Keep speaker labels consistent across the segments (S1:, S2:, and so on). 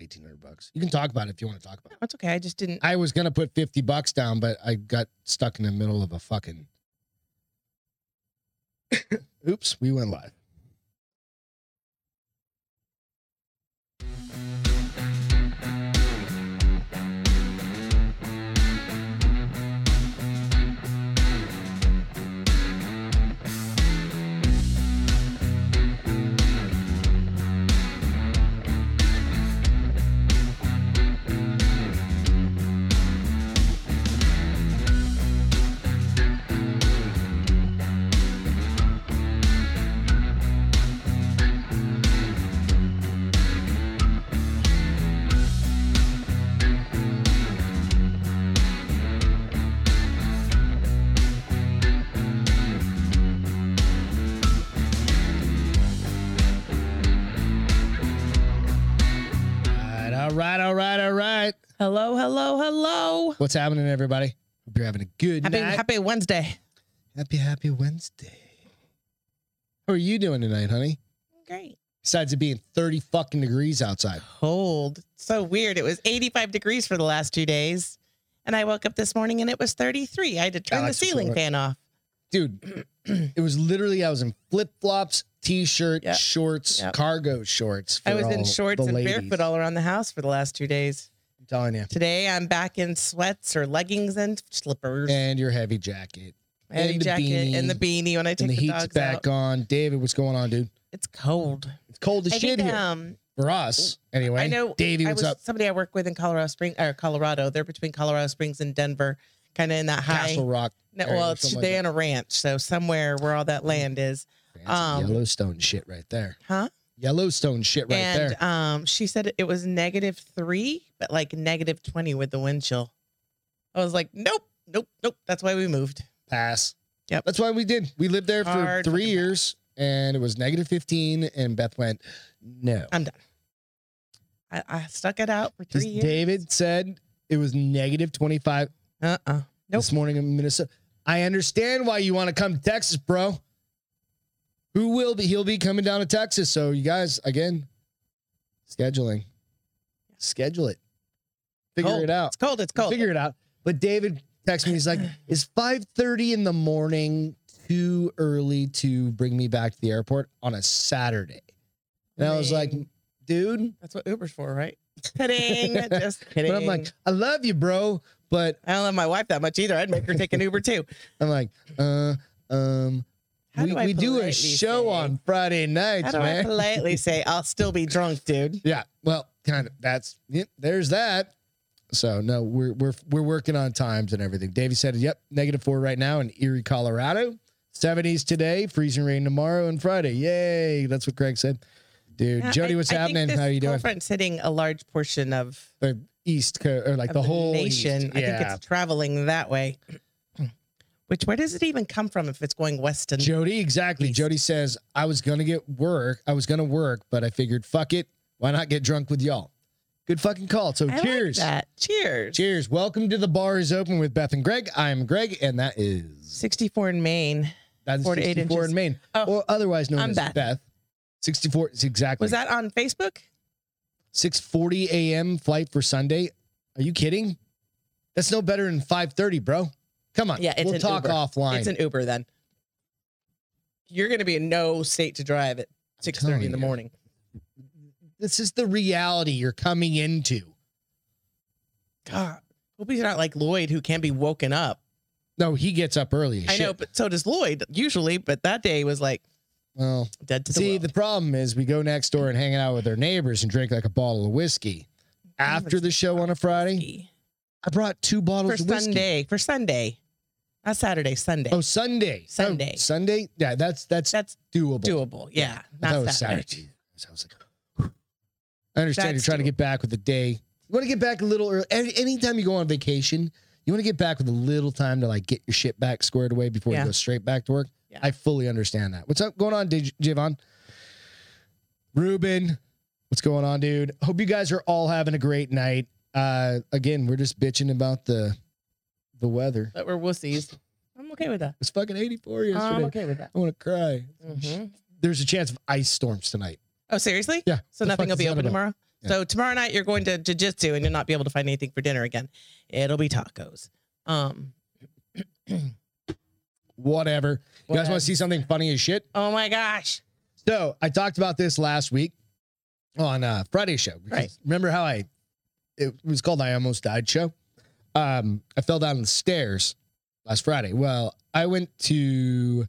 S1: eighteen hundred bucks. You can talk about it if you want to talk about it.
S2: That's okay. I just didn't.
S1: I was gonna put fifty bucks down, but I got stuck in the middle of a fucking. Oops, we went live. All right, all right, all right, all right.
S2: Hello, hello, hello.
S1: What's happening, everybody? Hope you're having a good
S2: Happy
S1: night.
S2: Happy Wednesday.
S1: Happy, happy Wednesday. How are you doing tonight, honey?
S2: Great.
S1: Besides it being 30 fucking degrees outside.
S2: Cold. So weird. It was 85 degrees for the last two days, and I woke up this morning and it was 33. I had to turn
S1: Alex,
S2: the ceiling
S1: what-
S2: fan off.
S1: Dude, it was literally, I was in flip flops, t shirt,
S2: Yeah.
S1: shorts,
S2: Yeah.
S1: cargo shorts.
S2: I
S1: for
S2: was
S1: all
S2: in shorts
S1: the
S2: and
S1: ladies.
S2: barefoot all around the house for the last two days.
S1: I'm telling you.
S2: Today I'm back in sweats or leggings and slippers.
S1: And your heavy jacket.
S2: My heavy
S1: and the
S2: jacket and the beanie when I take
S1: and the,
S2: the,
S1: heat's
S2: dogs
S1: back
S2: out.
S1: on. David, what's going on, dude?
S2: It's cold.
S1: It's cold as
S2: I
S1: shit
S2: think,
S1: here.
S2: um,
S1: for us, anyway.
S2: I know.
S1: Davey,
S2: I
S1: what's
S2: was,
S1: up?
S2: Somebody I work with in Colorado Springs or Colorado. They're between Colorado Springs and Denver, kind of in that high.
S1: Castle Rock.
S2: no,
S1: area
S2: well,
S1: or
S2: it's
S1: something like
S2: they on a ranch, so somewhere where all that land is,
S1: That's some
S2: um,
S1: Yellowstone shit right there.
S2: huh?
S1: Yellowstone shit right
S2: and
S1: there.
S2: um, she said it was negative three, but like negative twenty with the wind chill. I was like, nope, nope, nope. That's why we moved.
S1: Pass.
S2: Yep.
S1: That's why we did. We lived there
S2: Hard
S1: for three
S2: fucking
S1: years and it was negative 15. And Beth went, no.
S2: I'm done. I, I stuck it out for
S1: 'Cause
S2: Uh, three years.
S1: David said it was negative 25
S2: uh uh Nope.
S1: this morning in Minnesota. I understand why you want to come to Texas, bro. Who will be? He'll be coming down to Texas. So, you guys, again, scheduling. Schedule it. Figure
S2: Cold.
S1: it out.
S2: It's cold. It's cold.
S1: Figure it out. But David texted me. He's like, "Is 5:30 in the morning too early to bring me back to the airport on a Saturday?" And I was like,
S2: Ding.
S1: "Dude,"
S2: That's what Uber's for, right? Kidding. Just kidding.
S1: but I'm like, "I love you, bro," but
S2: I don't love my wife that much either. I'd make her take an Uber too.
S1: I'm like, "Uh, um."
S2: How
S1: we
S2: do I
S1: we do a
S2: politely
S1: show
S2: say-
S1: on Friday
S2: How
S1: nights,
S2: do I
S1: man.
S2: politely say I'll still be drunk, dude?
S1: yeah, well, kind of. That's yeah, there's that. So no, we're we're we're working on times and everything. Davey said, "Yep, negative four right now in Erie, Colorado. 70s today, freezing rain tomorrow and Friday. Yay! That's what Greg said, dude.
S2: Yeah,
S1: Jody,
S2: I-
S1: what's
S2: I think
S1: happening?
S2: this
S1: How you
S2: cold
S1: doing?
S2: Front's hitting a large portion of,
S1: The East Coast, or like
S2: of
S1: the, whole East.
S2: nation. I think
S1: Yeah. Hmm.
S2: it's traveling that way. Which where does it even come from if it's going west and
S1: Jody, exactly.
S2: East.
S1: Jody says, I was gonna get work. I was gonna work, but I figured, fuck it. Why not get drunk with y'all? Good fucking call. So
S2: I like
S1: cheers.
S2: that. Cheers.
S1: Cheers. Welcome to the bar is open with Beth and Greg. I'm Greg, and that is
S2: Sixty-four in Maine.
S1: that's
S2: 4 to 8
S1: 64 in
S2: inches.
S1: Maine,
S2: Oh.
S1: or otherwise known
S2: I'm
S1: as Beth.
S2: Beth.
S1: 64 is exactly.
S2: Was that on Facebook?
S1: 6:40 a.m. flight for Sunday? Are you kidding? That's no better than 5:30, bro. Come on.
S2: Yeah, it's
S1: we'll
S2: an
S1: talk
S2: Uber.
S1: offline.
S2: It's an Uber then. You're gonna be in no state to drive at six thirty in the
S1: telling you.
S2: morning.
S1: this is the reality you're coming into.
S2: God. Hope he's not like Lloyd who can be woken up.
S1: No, he gets up early. as
S2: I know,
S1: shit.
S2: but so does Lloyd usually, but that day was like
S1: Well,
S2: dead to the
S1: see,
S2: world.
S1: the problem is we go next door and hang out with our neighbors and drink like a bottle of whiskey. After the show on a Friday, I brought two bottles
S2: for
S1: of whiskey.
S2: Sunday, for Sunday, not Saturday, Sunday.
S1: Oh, Sunday. Oh,
S2: Sunday.
S1: Sunday. Yeah, that's that's
S2: That's
S1: doable.
S2: doable. Yeah,
S1: I thought it
S2: not
S1: was
S2: Saturday.
S1: Saturday. Jesus, I was like, I understand
S2: That's
S1: you're trying to get
S2: doable.
S1: back with the day. You want to get back a little early. Any, anytime you go on vacation, you want to get back with a little time to like get your shit back squared away before
S2: Yeah.
S1: you go straight back to work.
S2: Yeah.
S1: I fully understand that. What's up going on, Dij- Javon? Ruben, what's going on, dude? Hope you guys are all having a great night. Uh, again, we're just bitching about the the weather.
S2: But we're wussies. I'm okay with that.
S1: It's fucking 84 yesterday.
S2: I'm okay with that.
S1: I want to cry.
S2: Mhm.
S1: There's a chance of ice storms tonight.
S2: Oh, seriously?
S1: Mm-hmm. Yeah.
S2: So
S1: The
S2: nothing
S1: fuck
S2: will
S1: is
S2: be
S1: that
S2: open
S1: about?
S2: tomorrow.
S1: Yeah.
S2: So tomorrow night you're going to jujitsu and you'll not be able to find anything for dinner again. It'll be tacos. Um,
S1: Whatever. You guys want
S2: whatever.
S1: to see something funny as shit?
S2: Oh my gosh.
S1: So I talked about this last week on uh, Friday's show. because
S2: Right.
S1: Remember how I it was called I Almost Died Show? Um, I fell down the stairs last Friday. Well, I went to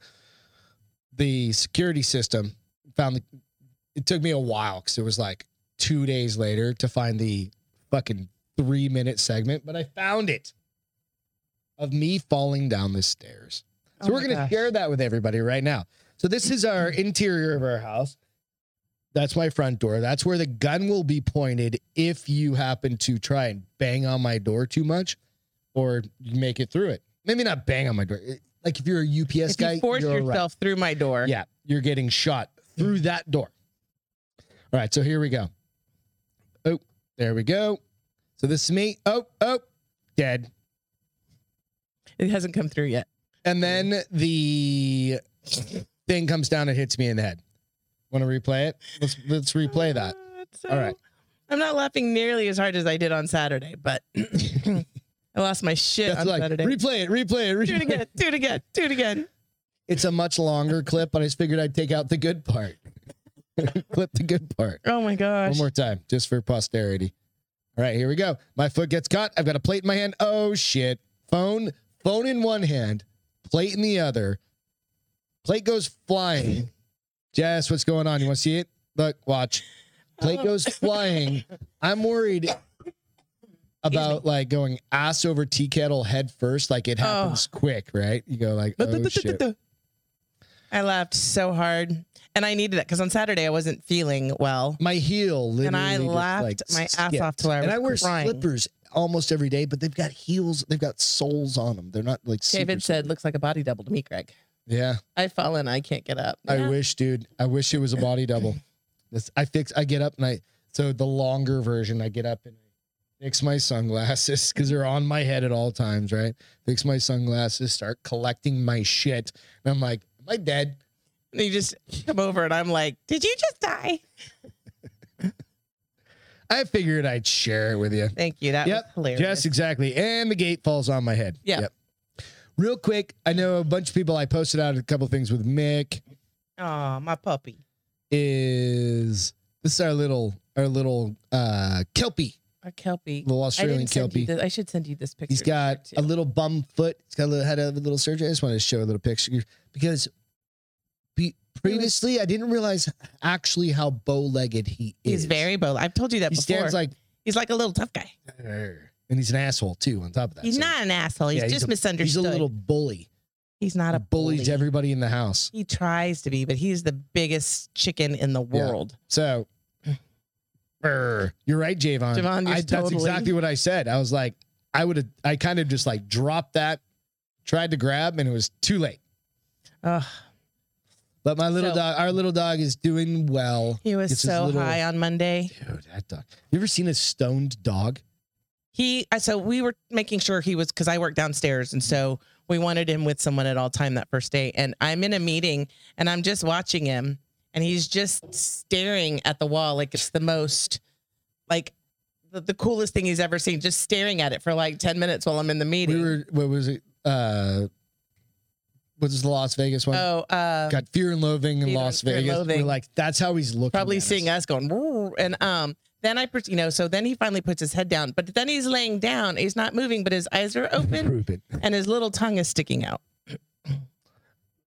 S1: the security system, found the it took me a while because it was like two days later to find the fucking three minute segment, but I found it of me falling down the stairs. So
S2: Oh
S1: we're
S2: my
S1: going to
S2: gosh. Mm-hmm.
S1: share that with everybody right now. So this is our interior of our house. That's my front door. That's where the gun will be pointed if you happen to try and bang on my door too much or you make it through it. Maybe not bang on my door. It- Like if you're a UPS
S2: If
S1: guy,
S2: you force
S1: you're all right.
S2: yourself Mm-hmm. through my door.
S1: Yeah, you're getting shot through that door. All right, so here we go. Oh, there we go. So this is me. Oh, oh, dead.
S2: It hasn't come through yet.
S1: And then the thing comes down and hits me in the head. Want to replay it? Let's let's replay that.
S2: Uh, it's so-
S1: All right.
S2: I'm not laughing nearly as hard as I did on Saturday, but I lost my shit
S1: That's
S2: on
S1: like
S2: Saturday.
S1: replay it, replay it, replay
S2: do it
S1: it.
S2: again. Do it again. Do it again.
S1: It's a much longer clip, but I just figured I'd take out the good part. clip the good part.
S2: Oh my gosh.
S1: One more time, just for posterity. All right, here we go. My foot gets caught. I've got a plate in my hand. Oh shit. Phone, phone in one hand, plate in the other. Plate goes flying. Jess, what's going on? You want to see it? Look, watch. Plate
S2: Oh.
S1: goes flying. I'm worried about like going ass over tea kettle head first. Like it
S2: Oh.
S1: happens quick, right? You go like, oh shit.
S2: I laughed so hard, and I needed it because on Saturday I wasn't feeling well.
S1: My heel literally
S2: And I
S1: just,
S2: laughed
S1: like,
S2: my ass
S1: skipped.
S2: off till I
S1: and
S2: was
S1: I wear
S2: crying.
S1: slippers almost every day, but they've got heels, they've got soles on them. They're not like super
S2: David said, "Looks like a body double to me, Greg."
S1: Yeah,
S2: I fall in, I can't get up.
S1: I wish, dude. I wish it was a body double. This I fix. I get up and I so the longer version. I get up and I fix my sunglasses because they're on my head at all times, right? Fix my sunglasses, start collecting my shit, and I'm like, am I dead?
S2: And you just come over, and I'm like, "Did you just die?"
S1: I figured I'd share it with you.
S2: Thank you. That
S1: Yep.
S2: was hilarious.
S1: Yes, exactly. And the gate falls on my head.
S2: Yeah.
S1: Yep. Real quick, I know a bunch of people. I posted out a couple things with Mick.
S2: Oh, my puppy.
S1: Is this is our little our little uh kelpie,
S2: Our kelpie.
S1: little
S2: I
S1: Australian
S2: didn't send
S1: kelpie.
S2: you this. I should send you this picture.
S1: He's got
S2: too.
S1: a little bum foot. He's got a little, had a little surgery. I just wanted to show a little picture because be, previously I didn't realize actually how bow legged he is.
S2: He's very bold. I've told you that
S1: He
S2: before.
S1: stands like,
S2: he's like a little tough guy.
S1: "Arr," and he's an asshole too. On top of that,
S2: He's
S1: So
S2: not an asshole. He's
S1: Yeah, he's
S2: just
S1: a-
S2: misunderstood.
S1: He's a little bully.
S2: He's not a
S1: He bullies
S2: bully.
S1: everybody in the house.
S2: He tries to be, but he's the biggest chicken in the world.
S1: So brr, you're right, Javon.
S2: Javon, you're
S1: I, that's
S2: totally-
S1: exactly what I said. I was like, I would have, I kind of just like dropped that, tried to grab, and it was too late.
S2: Ugh.
S1: But my little
S2: So-
S1: dog, our little dog is doing well.
S2: He was
S1: It's his
S2: so
S1: little-
S2: high on Monday.
S1: Dude, that dog. You ever seen a stoned dog?
S2: He I- so we were making sure he was because I work downstairs, and so we wanted him with someone at all time that first day. And I'm in a meeting, and I'm just watching him, and he's just staring at the wall like it's the most, like the, the coolest thing he's ever seen. Just staring at it for like ten minutes while I'm in the meeting.
S1: We were, what was it? Uh, what was the Las Vegas one?
S2: oh, uh,
S1: Got fear and loathing in
S2: Fear and-
S1: Las
S2: Fear and
S1: Vegas. We're
S2: Loathing.
S1: like, that's how he's looking.
S2: probably
S1: at
S2: seeing
S1: us.
S2: us going "Woo," and um then i pers- you know so then he finally puts his head down but then he's laying down he's not moving but his eyes are open
S1: Prove it.
S2: and his little tongue is sticking out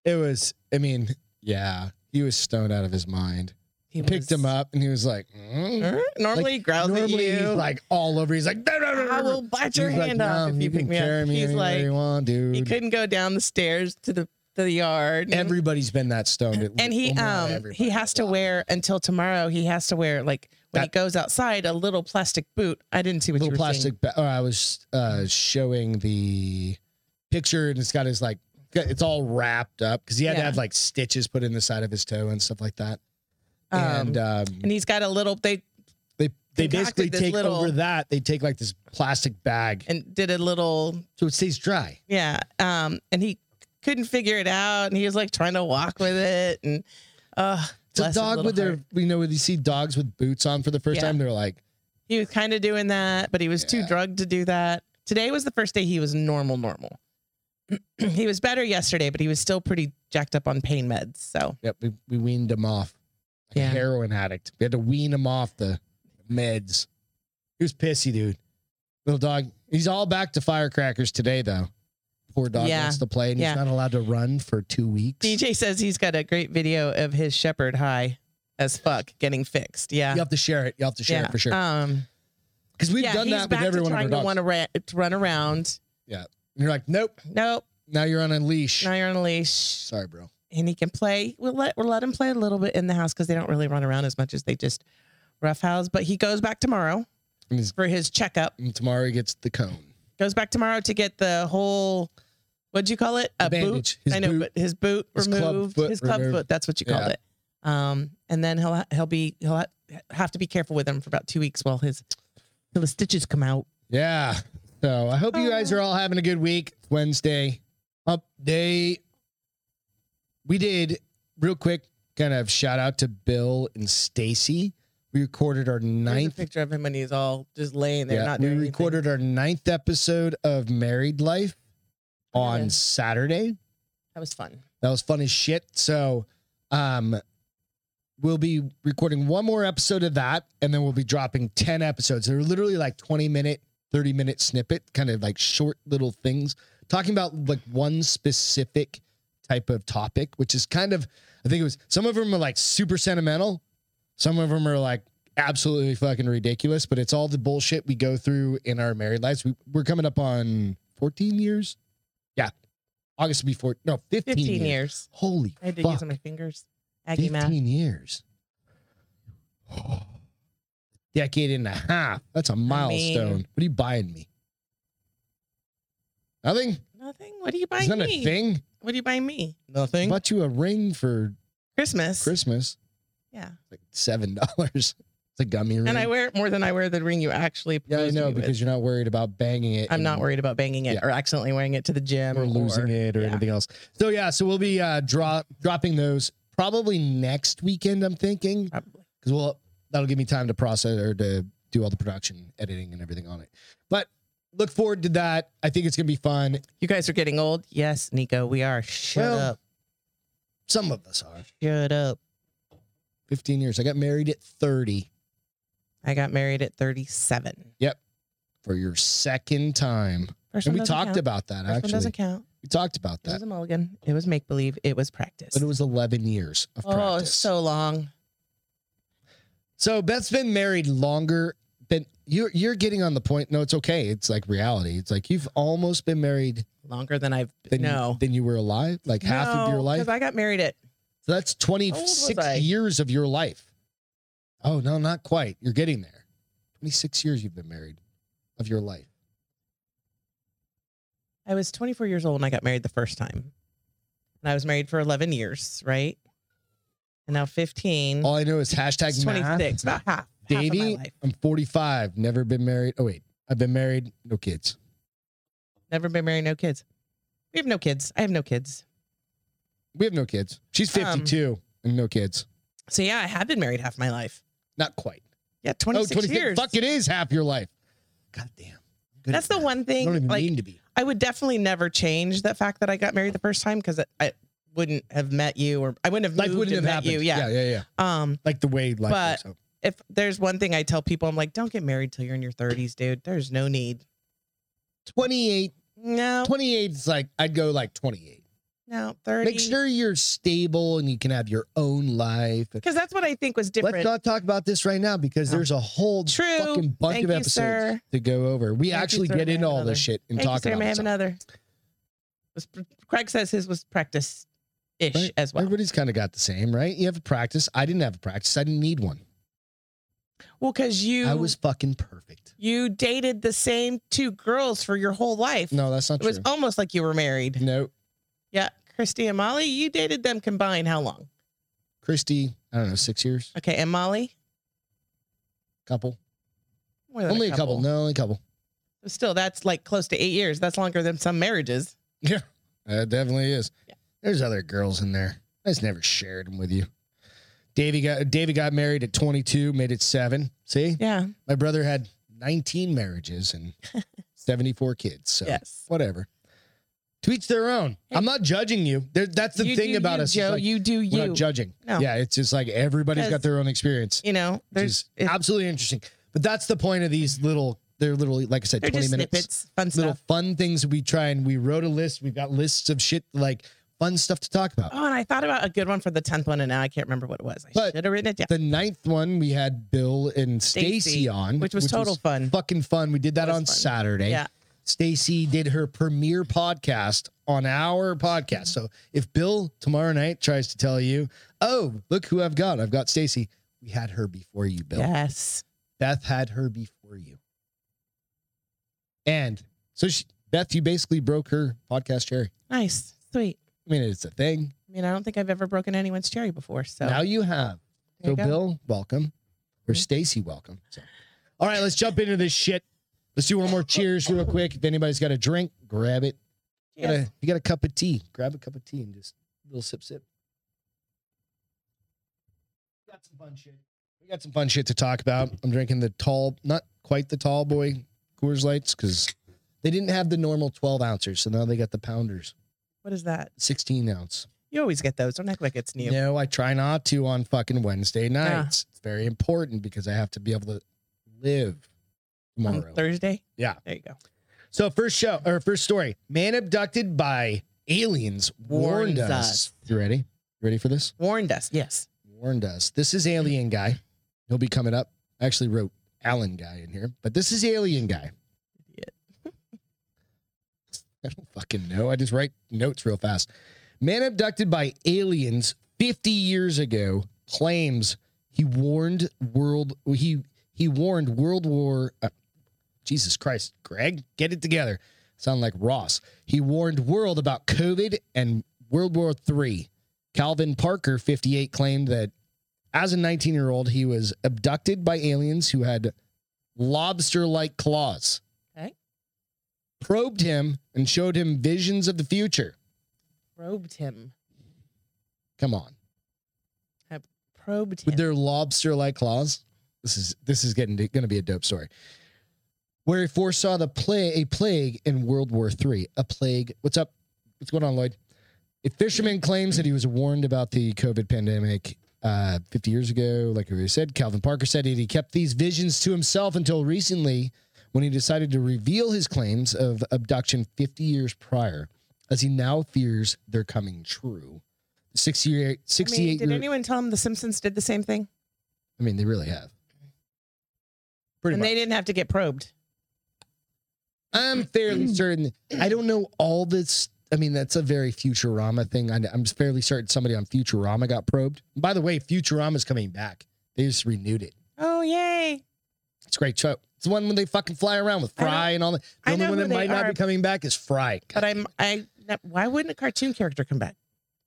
S1: It was. I mean, yeah, he was stoned out of his mind.
S2: he
S1: picked him up and he was like, mm.
S2: "Er?" normally he growls
S1: normally
S2: at
S1: he's
S2: you
S1: like all over. He's like, "No, no, no, no,
S2: i
S1: no."
S2: will bite
S1: He's
S2: your
S1: like,
S2: hand off
S1: "No,
S2: if you,
S1: can
S2: pick me
S1: carry
S2: up
S1: me
S2: he's
S1: anywhere
S2: like
S1: you want,
S2: he
S1: dude.
S2: couldn't go down the stairs to the to the yard and-
S1: Everybody's been that stoned. at-
S2: and he
S1: well, not
S2: um
S1: everybody,
S2: he has
S1: a
S2: to
S1: lot.
S2: wear until tomorrow he has to wear like when he
S1: That-
S2: goes outside a little plastic boot i didn't see what you
S1: little
S2: were saying.
S1: plastic. Ba- oh, I was uh, showing the picture and it's got his like, it's all wrapped up because he had to
S2: Yeah.
S1: have like stitches put in the side of his toe and stuff like that.
S2: Um,
S1: and um,
S2: and he's got a little they
S1: they they
S2: concocted
S1: basically
S2: this
S1: take
S2: little-
S1: over that. They take like this plastic bag
S2: and did a little
S1: so it stays dry.
S2: Yeah. Um, and he couldn't figure it out and he was like trying to walk with it and uh
S1: It's a
S2: Bless his
S1: dog
S2: little
S1: with their, you know, when you see dogs with boots on for the first
S2: Yeah.
S1: time, they're like,
S2: He was kind of doing that, but he was
S1: Yeah.
S2: too drugged to do that. Today was the first day he was normal, normal. he was better yesterday, but he was still pretty jacked up on pain meds. So
S1: yep, we, we weaned him off. Like a
S2: Yeah.
S1: heroin addict. We had to wean him off the meds. He was pissy, dude. Little dog. He's all back to firecrackers today, though. Poor dog
S2: Yeah.
S1: wants to play and
S2: Yeah.
S1: he's not allowed to run for two weeks.
S2: DJ says he's got a great video of his shepherd high as fuck getting fixed. Yeah.
S1: You have to share it. You have to share
S2: yeah.
S1: it for sure.
S2: Um,
S1: Because we've
S2: yeah,
S1: done
S2: he's
S1: that
S2: back
S1: with every
S2: to
S1: one of our
S2: trying to
S1: dogs.
S2: want to, ra- to run around.
S1: And you're like, nope.
S2: Nope.
S1: Now you're on a leash.
S2: Now you're on a leash.
S1: Sorry, bro.
S2: and he can play. We'll let we'll let him play a little bit in the house because they don't really run around as much as they just roughhouse. But he goes back tomorrow
S1: And he's-
S2: for his checkup.
S1: And tomorrow he gets the cone.
S2: Goes back tomorrow to get the whole what'd you call it?
S1: The bandage. His
S2: I know,
S1: boot.
S2: but his boot
S1: His club
S2: removed.
S1: foot
S2: his club
S1: removed.
S2: foot. That's what you called
S1: Yeah.
S2: it. Um, and then he'll ha- he'll be he'll ha- have to be careful with him for about two weeks while his till the stitches come out.
S1: Yeah. So I hope you
S2: Oh.
S1: guys are all having a good week. It's Wednesday update. We did real quick, kind of shout out to Bill and Stacy. We recorded our
S2: There's a
S1: ninth.
S2: picture of him when he's all just laying there,
S1: Yeah,
S2: not
S1: we
S2: doing anything.
S1: recorded our ninth episode of Married Life on
S2: Yeah.
S1: Saturday.
S2: That was fun.
S1: That was fun as shit. So, um, we'll be recording one more episode of that, and then we'll be dropping ten episodes. They're literally like twenty minute, thirty minute snippet, kind of like short little things talking about like one specific type of topic, which is kind of I think it was some of them are like super sentimental, some of them are like absolutely fucking ridiculous. But it's all the bullshit we go through in our married lives. We, we're coming up on fourteen years. Yeah, August will be four. No, fifteen,
S2: Fifteen
S1: years.
S2: years.
S1: Holy
S2: I had to
S1: fuck.
S2: use my fingers. Aggie math.
S1: 15 years. Decade and a half. ah, That's a milestone. what are you buying me? Nothing?
S2: Nothing. What do you buy
S1: It's not
S2: me?
S1: a thing.
S2: What do you buy me? Nothing.
S1: bought you a ring for
S2: Christmas.
S1: Christmas.
S2: Yeah.
S1: Like seven dollars. It's a gummy ring.
S2: And I wear it more than I wear the ring you actually.
S1: yeah, I
S2: proposed to
S1: know
S2: me with.
S1: because you're not worried about banging it.
S2: I'm not
S1: and-
S2: worried about banging it
S1: Yeah.
S2: or accidentally wearing it to the gym
S1: or losing it or
S2: yeah.
S1: anything else. So yeah, so we'll be uh drop dropping those probably next weekend, I'm thinking.
S2: Probably.
S1: because well that'll give me time to process or to do all the production editing and everything on it but look forward to that i think it's going to be fun
S2: You guys are getting old. Yes, Nico, we are. Shut
S1: Well-
S2: up.
S1: some of us are
S2: Shut up.
S1: 15 years i got married at 30
S2: I got married at 37.
S1: for your second time
S2: First
S1: and
S2: one
S1: we
S2: doesn't
S1: talked
S2: count.
S1: about that
S2: First one
S1: actually
S2: doesn't count.
S1: we talked about
S2: It was
S1: that
S2: a mulligan. It was make believe. It was practice.
S1: but it was 11 years of
S2: oh,
S1: practice
S2: so long.
S1: So Beth's been married longer than you're you're getting on the point. No, it's okay. It's like reality. It's like you've almost been married
S2: Longer than I've
S1: than,
S2: no.
S1: than you were alive, like half of your life.
S2: Because I got married at
S1: So that's
S2: How old was I?
S1: 26 years of your life. Oh, no, not quite. You're getting there. 26 years you've been married of your life.
S2: I was 24 years old when I got married the first time. And I was married for 11 years, right? And now 15.
S1: All I know is hashtag
S2: Mm-hmm. it's 26,
S1: math.
S2: about half. half of my
S1: Davey,
S2: life.
S1: I'm 45, never been married. Oh, wait. I've been married, no kids.
S2: Never been married, no kids. We have no kids. I have no kids.
S1: We have no kids. She's
S2: Um,
S1: 52 and no kids.
S2: So yeah, I have been married half my life.
S1: Not quite.
S2: Yeah,
S1: Oh,
S2: 26 years.
S1: Fuck, it is half your life. God damn. Good
S2: That's
S1: at
S2: the
S1: math.
S2: one
S1: I don't
S2: thing.
S1: even
S2: Like,
S1: mean to be.
S2: I would definitely never change the fact that I got married the first time because I wouldn't have met you or I wouldn't have
S1: Life
S2: moved
S1: wouldn't have
S2: and met
S1: happened.
S2: you.
S1: yeah,
S2: Yeah.
S1: yeah, yeah.
S2: Um,
S1: Like the way life
S2: But-
S1: works out.
S2: if there's one thing I tell people, I'm like, don't get married till you're in your 30s, dude. There's no need.
S1: 28
S2: No,
S1: 28 is like I'd go like 28.
S2: no, 30.
S1: Make sure you're stable and you can have your own life.
S2: Because that's what I think was different.
S1: Let's not talk about this right now because
S2: No.
S1: there's a whole
S2: True.
S1: fucking bunch
S2: Thank
S1: of
S2: you,
S1: episodes
S2: sir.
S1: to go over. We
S2: Thank you,
S1: actually
S2: sir.
S1: get
S2: May I
S1: into
S2: have
S1: all
S2: another?
S1: this shit and
S2: Thank you,
S1: talk
S2: sir. May I
S1: about
S2: have
S1: it.
S2: another? Was- Craig says his was practice ish
S1: Right?
S2: as well.
S1: Everybody's kind of got the same, right? You have a practice. I didn't have a practice. I didn't need one.
S2: Well, because you
S1: I was fucking perfect.
S2: you dated the same two girls for your whole life.
S1: No, that's not
S2: it was
S1: true.
S2: almost like you were married.
S1: no,
S2: Yeah, Christy and Molly, you dated them combined how long?
S1: Christy, I don't know, six years,
S2: Okay, and Molly,
S1: couple,
S2: More than
S1: only a couple. No, only a couple.
S2: Still, that's like close to eight years. That's longer than some marriages.
S1: Yeah, it definitely is.
S2: Yeah.
S1: There's other girls in there. I just never shared them with you. Davey got Davey got married at 22, made it seven. See,
S2: Yeah.
S1: my brother had 19 marriages and 74 kids. So
S2: Yes.
S1: whatever. To each their own. I'm not judging you. There, that's the
S2: You
S1: thing
S2: do
S1: about
S2: you,
S1: us.
S2: Joe.
S1: It's like,
S2: you do
S1: we're
S2: you.
S1: not judging.
S2: No.
S1: Yeah, it's just like everybody's got
S2: Because-
S1: their own experience.
S2: you know,
S1: which
S2: there's
S1: is
S2: it-
S1: absolutely interesting. But that's the point of these little, they're literally, like I said,
S2: they're
S1: 20
S2: just
S1: minutes.
S2: snippets, fun
S1: Little
S2: stuff.
S1: fun things we try and we wrote a list. We've got lists of shit, like fun stuff to talk about.
S2: Oh, and I thought about a good one for the tenth one, and now I can't remember what it was. I
S1: But-
S2: should have written it down,
S1: The ninth one, we had Bill and
S2: Stacy,
S1: Stacy on,
S2: which was total fun.
S1: fucking fun. eh? We did that
S2: was
S1: on
S2: fun.
S1: Saturday.
S2: Yeah.
S1: Stacy did her premiere podcast on our podcast. So if Bill tomorrow night tries to tell you, "Oh, look who I've got. I've got Stacy." We had her before you, Bill.
S2: Yes,
S1: Beth had her before you. And so she, Beth, you basically broke her podcast cherry.
S2: nice, sweet.
S1: I mean, it's a thing.
S2: I mean, I don't think I've ever broken anyone's cherry before. So
S1: Now you have. So
S2: there you go.
S1: Bill, welcome. Or
S2: Mhm.
S1: Stacy, welcome. So. All right, let's jump into this shit. Let's do one more cheers real quick. If anybody's got a drink, grab it. You got
S2: Yes.
S1: a- you got a cup of tea, grab a cup of tea and just a little sip sip. We got some fun shit. We got some fun shit to talk about. I'm drinking the tall, not quite the tall boy Coors Lights because they didn't have the normal 12 ounces, so now they got the pounders,
S2: What is that?
S1: 16 ounce.
S2: You always get those. Don't act like it's new.
S1: No, I try not to on fucking Wednesday nights. It's very important because I have to be able to live
S2: On
S1: tomorrow.
S2: Thursday.
S1: Yeah.
S2: There you go.
S1: So first show or first story: man abducted by aliens warned
S2: Warns
S1: us.
S2: us.
S1: You ready? You ready for this?
S2: Warned us. Yes.
S1: Warned us. This is alien guy. He'll be coming up. I actually wrote Alan guy in here, but this is alien guy.
S2: Idiot.
S1: I don't fucking know. I just write notes real fast. Man abducted by aliens 50 years ago claims he warned world he he warned World War uh, Jesus Christ, Greg, get it together. Sound like Ross. He warned world about COVID and World War III. Calvin Parker, 58, claimed that as a 19 year old, he was abducted by aliens who had lobster like claws.
S2: Okay.
S1: Probed him and showed him visions of the future.
S2: Probed him.
S1: Come on.
S2: Probed him.
S1: with their lobster-like claws. This is this is getting going to be a dope story. Where he foresaw the play a plague in World War III. A plague. What's up? What's going on, Lloyd? A fisherman claims that he was warned about the COVID pandemic uh, 50 years ago, like we said. Calvin Parker said that he kept these visions to himself until recently, when he decided to reveal his claims of abduction 50 years prior, as he now fears they're coming true. 68,
S2: I mean,
S1: 68
S2: did
S1: year-
S2: anyone tell him the Simpsons did the same thing?
S1: I mean, they really have. Pretty
S2: and
S1: much.
S2: they didn't have to get probed.
S1: I'm fairly certain. I don't know all this. I mean, that's a very Futurama thing. I, I'm fairly certain somebody on Futurama got probed. By the way, Futurama's coming back. They just renewed it.
S2: Oh yay!
S1: It's a great show. It's the one when they fucking fly around with
S2: I know-
S1: Fry and all that. The
S2: I
S1: only
S2: know
S1: one
S2: who
S1: that
S2: they
S1: might not
S2: are.
S1: be coming back is Fry,
S2: But I'm I. Why wouldn't a cartoon character come back?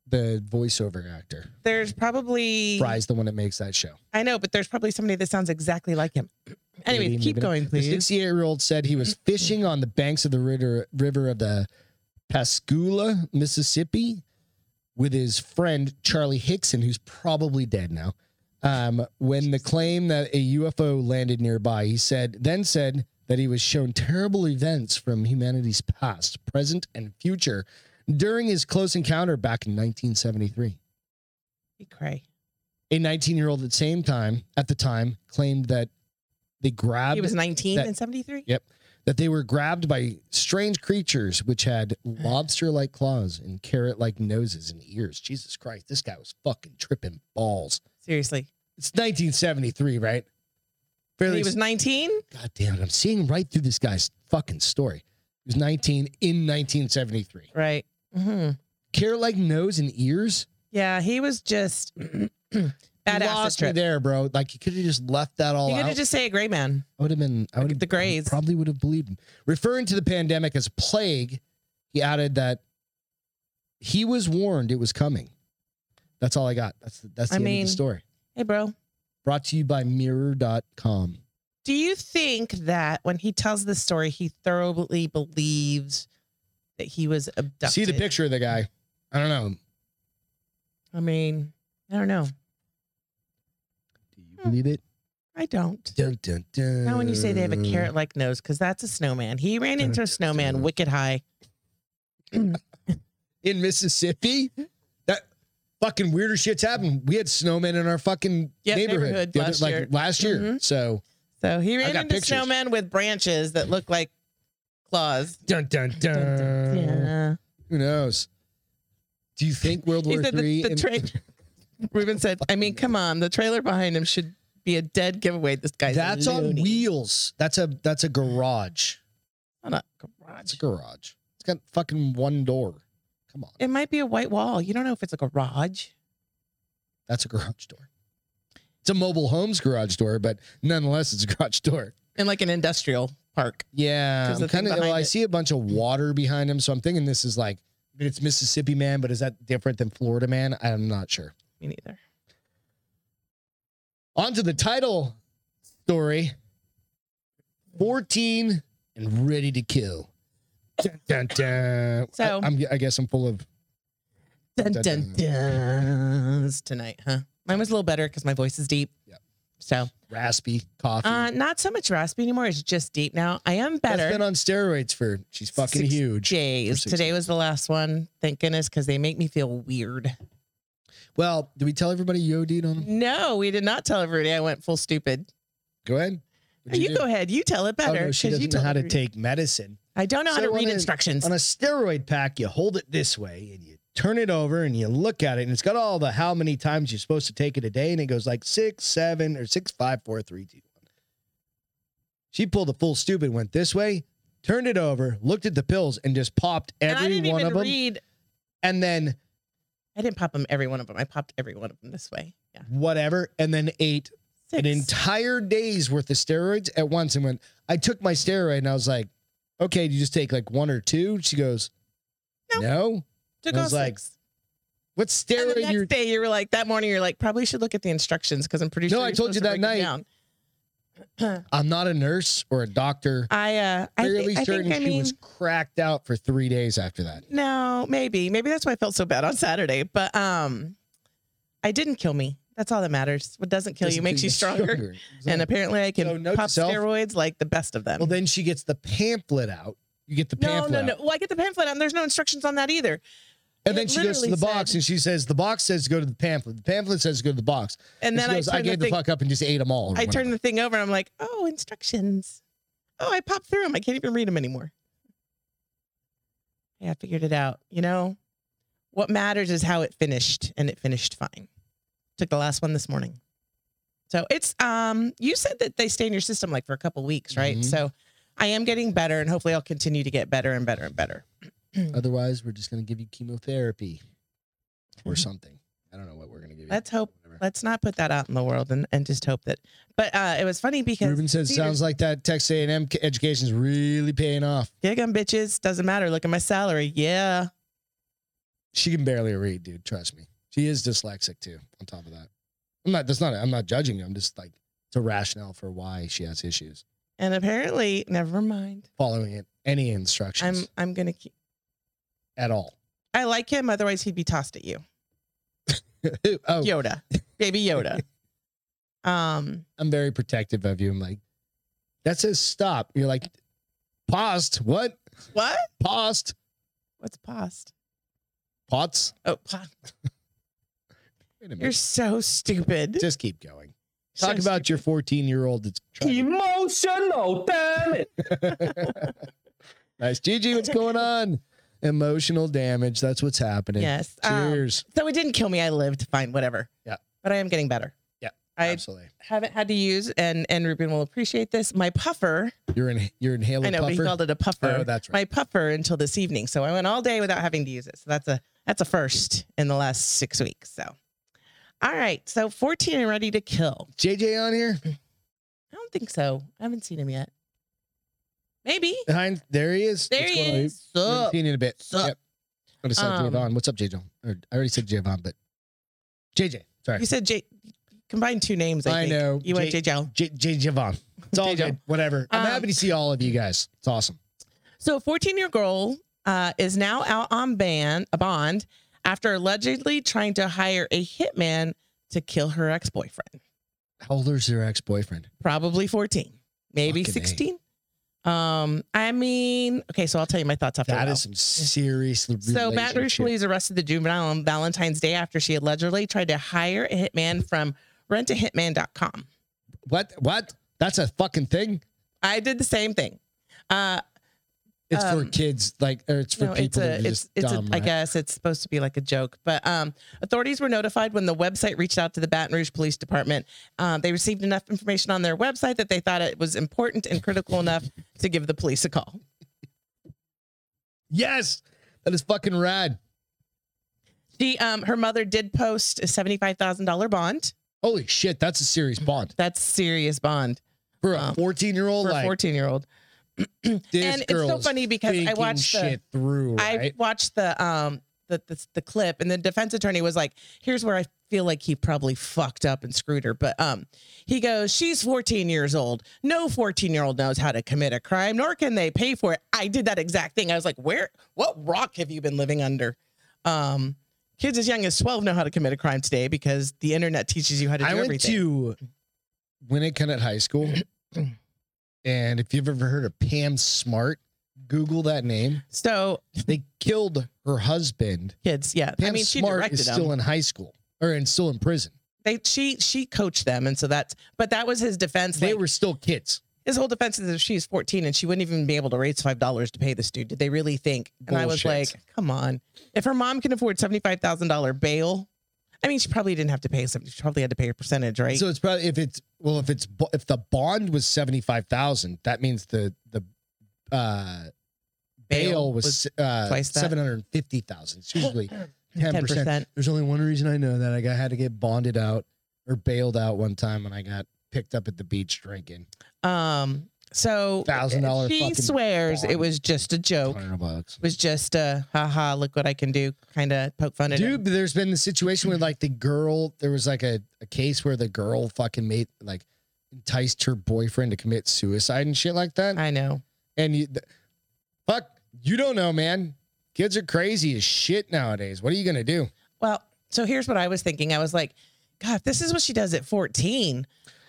S1: the voiceover actor.
S2: There's probably
S1: Fry's the one that makes that show.
S2: I know, but there's probably somebody that sounds exactly like him. Anyway,
S1: Maybe,
S2: keep
S1: maybe not.
S2: going,
S1: The
S2: please.
S1: 68 year old said he was fishing on the banks of the river, river of the Pascagoula, Mississippi, with his friend Charlie Hickson, who's probably dead now. Um, when the claim that a UFO landed nearby, he said, then said that he was shown terrible events from humanity's past, present, and future during his close encounter back in 1973.
S2: You cray.
S1: A 19 year old at the same time, at the time, claimed that they grabbed
S2: He was 19
S1: that-
S2: in 73.
S1: Yeah. that they were grabbed by strange creatures which had lobster like claws and carrot like noses and ears. Jesus Christ, this guy was fucking tripping balls.
S2: Seriously,
S1: It's 1973, right?
S2: And
S1: Fairly
S2: he was 19.
S1: God damn it. I'm seeing right through this guy's fucking story. He was 19 in 1973.
S2: Right. hmm
S1: Carrot like nose and ears.
S2: Yeah, he was just
S1: You
S2: badass
S1: lost me
S2: trip.
S1: there, bro. Like you could have just left that all
S2: You could
S1: out.
S2: have just say a gray man.
S1: I would have been. I would have
S2: the Greys.
S1: Probably would have believed him. Referring to the pandemic as a plague, he added that he was warned it was coming. That's all I got. That's the, that's the
S2: I
S1: end
S2: mean-
S1: of the story.
S2: Hey, bro.
S1: Brought to you by Mirror.com.
S2: Do you think that when he tells this story, he thoroughly believes that he was abducted?
S1: See the picture of the guy. I don't know.
S2: I mean, I don't know.
S1: Believe it?
S2: I don't.
S1: Dun, dun, dun.
S2: Hmm. Now, when you say they have a
S1: Mm.
S2: carrot like nose, because that's a snowman. He ran into a snowman wicked high.
S1: in Mississippi, that fucking weirder shit's happened. We had snowmen in our fucking
S2: Yeah,
S1: neighborhood,
S2: neighborhood
S1: the other-
S2: last
S1: like
S2: year.
S1: last year.
S2: Mhm.
S1: So
S2: So he
S1: I
S2: ran
S1: got
S2: into
S1: pictures.
S2: snowmen with branches that look like claws.
S1: dun dun dun.
S2: Yeah.
S1: Who knows? Do you think World
S2: He
S1: War
S2: said
S1: Three?
S2: the, the
S1: and-
S2: tra- Ruben said, I mean, come on, the trailer behind him should be a dead giveaway. This guy's a
S1: that's on
S2: loony.
S1: wheels. That's a that's a garage.
S2: On a
S1: It's
S2: garage.
S1: a garage. It's got fucking one door. Come on,
S2: It might be a white wall. You don't know if it's a garage.
S1: that's a garage door. It's a mobile homes garage door, but nonetheless, it's a garage door.
S2: In like an industrial park.
S1: Yeah,
S2: 'Cause
S1: I'm
S2: the thing
S1: kind of. Well,
S2: behind
S1: I
S2: it-
S1: see a bunch of water behind him, so I'm thinking this is like I mean, it's Mississippi man, but is that different than Florida man? I'm not sure.
S2: Me neither.
S1: On to the title story. 14 and ready to kill. Dun, dun, dun.
S2: So-
S1: I, I'm, I guess I'm full of.
S2: Dun,
S1: Dun,
S2: dun,
S1: dun.
S2: dun. It's tonight, huh? Mine was a little better because my voice is deep.
S1: Yep.
S2: So,
S1: Raspy coffee.
S2: uh, not so much raspy anymore. It's just deep now. I am
S1: That's
S2: better.
S1: been on steroids for. She's fucking
S2: Six
S1: huge.
S2: Jays.
S1: six
S2: Today was the last one. Thank goodness, because they make me feel weird.
S1: Well, did we tell everybody you OD'd on them?
S2: No, we did not tell everybody. I went full stupid.
S1: Go ahead. What'd
S2: Uh, You,
S1: do?
S2: go ahead. You tell it
S1: Oh,
S2: better.
S1: no, she
S2: 'cause you
S1: doesn't know
S2: told
S1: how to
S2: every-
S1: take medicine.
S2: I don't know how
S1: So
S2: to
S1: on
S2: read
S1: a-
S2: instructions.
S1: On a steroid pack, you hold it this way and you turn it over and you look at it, and it's got all the how many times you're supposed to take it a day, and it goes like six, seven, or six, five, four, three, two, one. She pulled a full stupid, went this way, turned it over, looked at the pills, and just popped
S2: and I
S1: every
S2: didn't
S1: one
S2: even
S1: of them.
S2: read.
S1: and then
S2: I didn't pop them every one of them. I popped every one of them this way. Yeah.
S1: whatever, and then ate
S2: Six.
S1: an entire day's worth of steroids at once and went, I took my steroid and I was like, okay, do you just take like one or two? She goes,
S2: No.
S1: no?
S2: Took
S1: I
S2: all
S1: was like,
S2: six.
S1: What
S2: And the
S1: steroid
S2: next
S1: you're
S2: day, you were like, that morning, you're like, probably should look at the instructions because I'm pretty
S1: No,
S2: sure.
S1: I
S2: you're
S1: told you
S2: supposed
S1: that
S2: to break it
S1: night.
S2: down."
S1: I'm not a nurse or a doctor.
S2: I, uh, I,
S1: Fairly
S2: thi- I
S1: certain
S2: think I
S1: she
S2: mean,
S1: was cracked out for three days after that.
S2: no, maybe, maybe that's why I felt so bad on Saturday. But um, I didn't kill me. That's all that matters. What doesn't kill you
S1: Doesn't
S2: makes
S1: feel
S2: you stronger. And apparently, I can
S1: So note to
S2: pop
S1: self-
S2: steroids like the best of them.
S1: Well, then she gets the pamphlet out. You get the
S2: no,
S1: pamphlet,
S2: no, no.
S1: out.
S2: Well, I get the pamphlet, and there's no instructions on that either.
S1: and
S2: It
S1: then she goes to
S2: literally
S1: the box
S2: said-
S1: and she says, "The box says go to the pamphlet. The pamphlet says go to the box."
S2: And then
S1: she
S2: I
S1: goes,
S2: turned
S1: "I gave
S2: the
S1: the
S2: thing,
S1: fuck up and just ate them all." or
S2: I turned
S1: whatever.
S2: the thing over, and I'm like, oh, instructions. Oh, I popped through them. I can't even read them anymore. Yeah, I figured it out. You know, what matters is how it finished, and it finished fine. Took the last one this morning. So it's um, you said that they stay in your system like for a couple weeks, right?
S1: Mhm.
S2: So I am getting better, and hopefully I'll continue to get better and better and better.
S1: Otherwise, we're just gonna give you chemotherapy or something. I don't know what we're gonna give you.
S2: Mm-hmm. Let's hope-
S1: Whatever.
S2: Let's not put that out in the world and, and just hope that. But uh, it was funny because
S1: Ruben says,
S2: Cedar-
S1: "Sounds like that Texas A&M education's really paying off."
S2: Gig 'em, bitches. Doesn't matter. Look at my salary. Yeah.
S1: she can barely read, dude. Trust me. She is dyslexic too. On top of that, I'm not. That's not. I'm not judging. you. I'm just like it's a rationale for why she has issues
S2: And apparently, never mind.
S1: following it, any
S2: I'm
S1: instructions
S2: I'm gonna keep.
S1: at all.
S2: I like him. Otherwise, he'd be tossed at you.
S1: oh,
S2: Yoda, baby Yoda. um.
S1: I'm very protective of you. I'm like, that says stop. You're like, paused. What?
S2: What?
S1: Paused.
S2: What's past?
S1: Pots.
S2: Oh, pa-
S1: Wait a
S2: you're
S1: minute.
S2: so stupid.
S1: Just keep going.
S2: So
S1: Talk about your 14 year old that's trying.
S3: Emotional, damn it.
S1: to- nice, Gigi. What's going on? Emotional damage. That's what's happening.
S2: Yes. Um,
S1: Cheers.
S2: so it didn't kill me. I lived fine. Whatever.
S1: Yeah.
S2: But I am getting better.
S1: Yeah,
S2: I
S1: Absolutely.
S2: haven't had to use, and and Ruben will appreciate this. My puffer.
S1: You're in. You're inhaling.
S2: I know, but he
S1: puffer.
S2: called it a puffer.
S1: Oh, that's right.
S2: my puffer until this evening. So I went all day without having to use it. So that's a that's a first in the last six weeks. So all right. So 14 and ready to kill.
S1: JJ on here.
S2: I don't think so. I haven't seen him yet. Maybe.
S1: Behind there he is.
S2: There
S1: What's
S2: he
S1: going on,
S2: is.
S1: Abe? Haven't
S2: Sup?
S1: seen you in a bit.
S2: Sup?
S1: I just said
S2: Um,
S1: Javon. What's up, JJ? Or, I already said Javon, but JJ. Sorry.
S2: You said J combine two names. I,
S1: I
S2: think.
S1: know.
S2: You went
S1: J-
S2: JJ.
S1: J- J Javon. It's all
S2: JJ.
S1: good. Whatever. I'm
S2: Um,
S1: happy to see all of you guys. It's awesome.
S2: So a 14 year girl uh, is now out on ban a bond after allegedly trying to hire a hitman to kill her ex boyfriend.
S1: How old is your ex boyfriend?
S2: probably 14, maybe
S1: Fucking A.
S2: 16. Um, I mean, okay, so I'll tell you my thoughts after a
S1: That
S2: while.
S1: is some serious.
S2: So Baton Rouge
S1: relationship.
S2: police arrested the juvenile on Valentine's Day after she allegedly tried to hire a hitman from rentahitman.com.
S1: What? What? That's a fucking thing.
S2: I did the same thing. Uh,
S1: It's for
S2: Um,
S1: kids, like, or it's for
S2: no,
S1: people.
S2: it's a,
S1: that are
S2: it's,
S1: just
S2: it's
S1: dumb,
S2: a, I
S1: right?
S2: guess it's supposed to be like a joke, but um, authorities were notified when the website reached out to the Baton Rouge Police Department. Um, they received enough information on their website that they thought it was important and critical enough to give the police a call.
S1: Yes, that is fucking rad.
S2: She, um, her mother did post a seventy-five thousand dollar bond.
S1: Holy shit, that's a serious bond
S2: That's serious bond
S1: for a
S2: Um,
S1: fourteen-year-old.
S2: for a
S1: Like
S2: fourteen-year-old.
S1: this
S2: and it's
S1: girl
S2: so
S1: is
S2: funny because I
S1: thinking
S2: watched the-
S1: shit through.
S2: I
S1: Right?
S2: watched the um the, the the clip, and the defense attorney was like, "Here's where I feel like he probably fucked up and screwed her." But um, he goes, "She's 14 years old. No 14 year old knows how to commit a crime, nor can they pay for it." I did that exact thing. I was like, "Where? What rock have you been living under?" Um. Kids as young as 12 know how to commit a crime today because the internet teaches you how to do
S1: I went
S2: everything.
S1: to Winnicott High School, and if you've ever heard of Pam Smart, Google that name.
S2: so,
S1: They killed her husband.
S2: kids, yeah.
S1: Pam
S2: I mean, she
S1: Smart
S2: directed
S1: is
S2: them.
S1: still in high school or in, still in prison.
S2: they she she coached them and so that's but that was his defense
S1: they
S2: like,
S1: were still kids.
S2: his whole defense is if she's 14 and she wouldn't even be able to raise five dollars to pay this dude did they really think and i was like
S1: Bullshit.
S2: come on if her mom can afford $75000 bail i mean she probably didn't have to pay something she probably had to pay a percentage right
S1: So it's probably if it's well if it's bo- if the bond was seventy five thousand, that means the the uh, bail, was, uh,
S2: twice that.
S1: seven hundred fifty thousand. It's usually ten
S2: 10%,
S1: percent. There's only one reason I know that I got, had to get bonded out or bailed out one time when I got picked up at the beach drinking.
S2: um so
S1: $1,000
S2: she
S1: fucking
S2: swears
S1: bond.
S2: it was just a joke
S1: Hundred bucks.
S2: it was just a haha look what i can do kind of poke fun at him.
S1: Dude, but there's been the situation with like the girl. There was like a, a case where the girl fucking made like enticed her boyfriend to commit suicide and shit like that.
S2: i know
S1: and you, th- fuck, you don't know, man. Kids are crazy as shit nowadays. What are you gonna do?
S2: Well, so here's what I was thinking. I was like, God, if this is what she does at 14.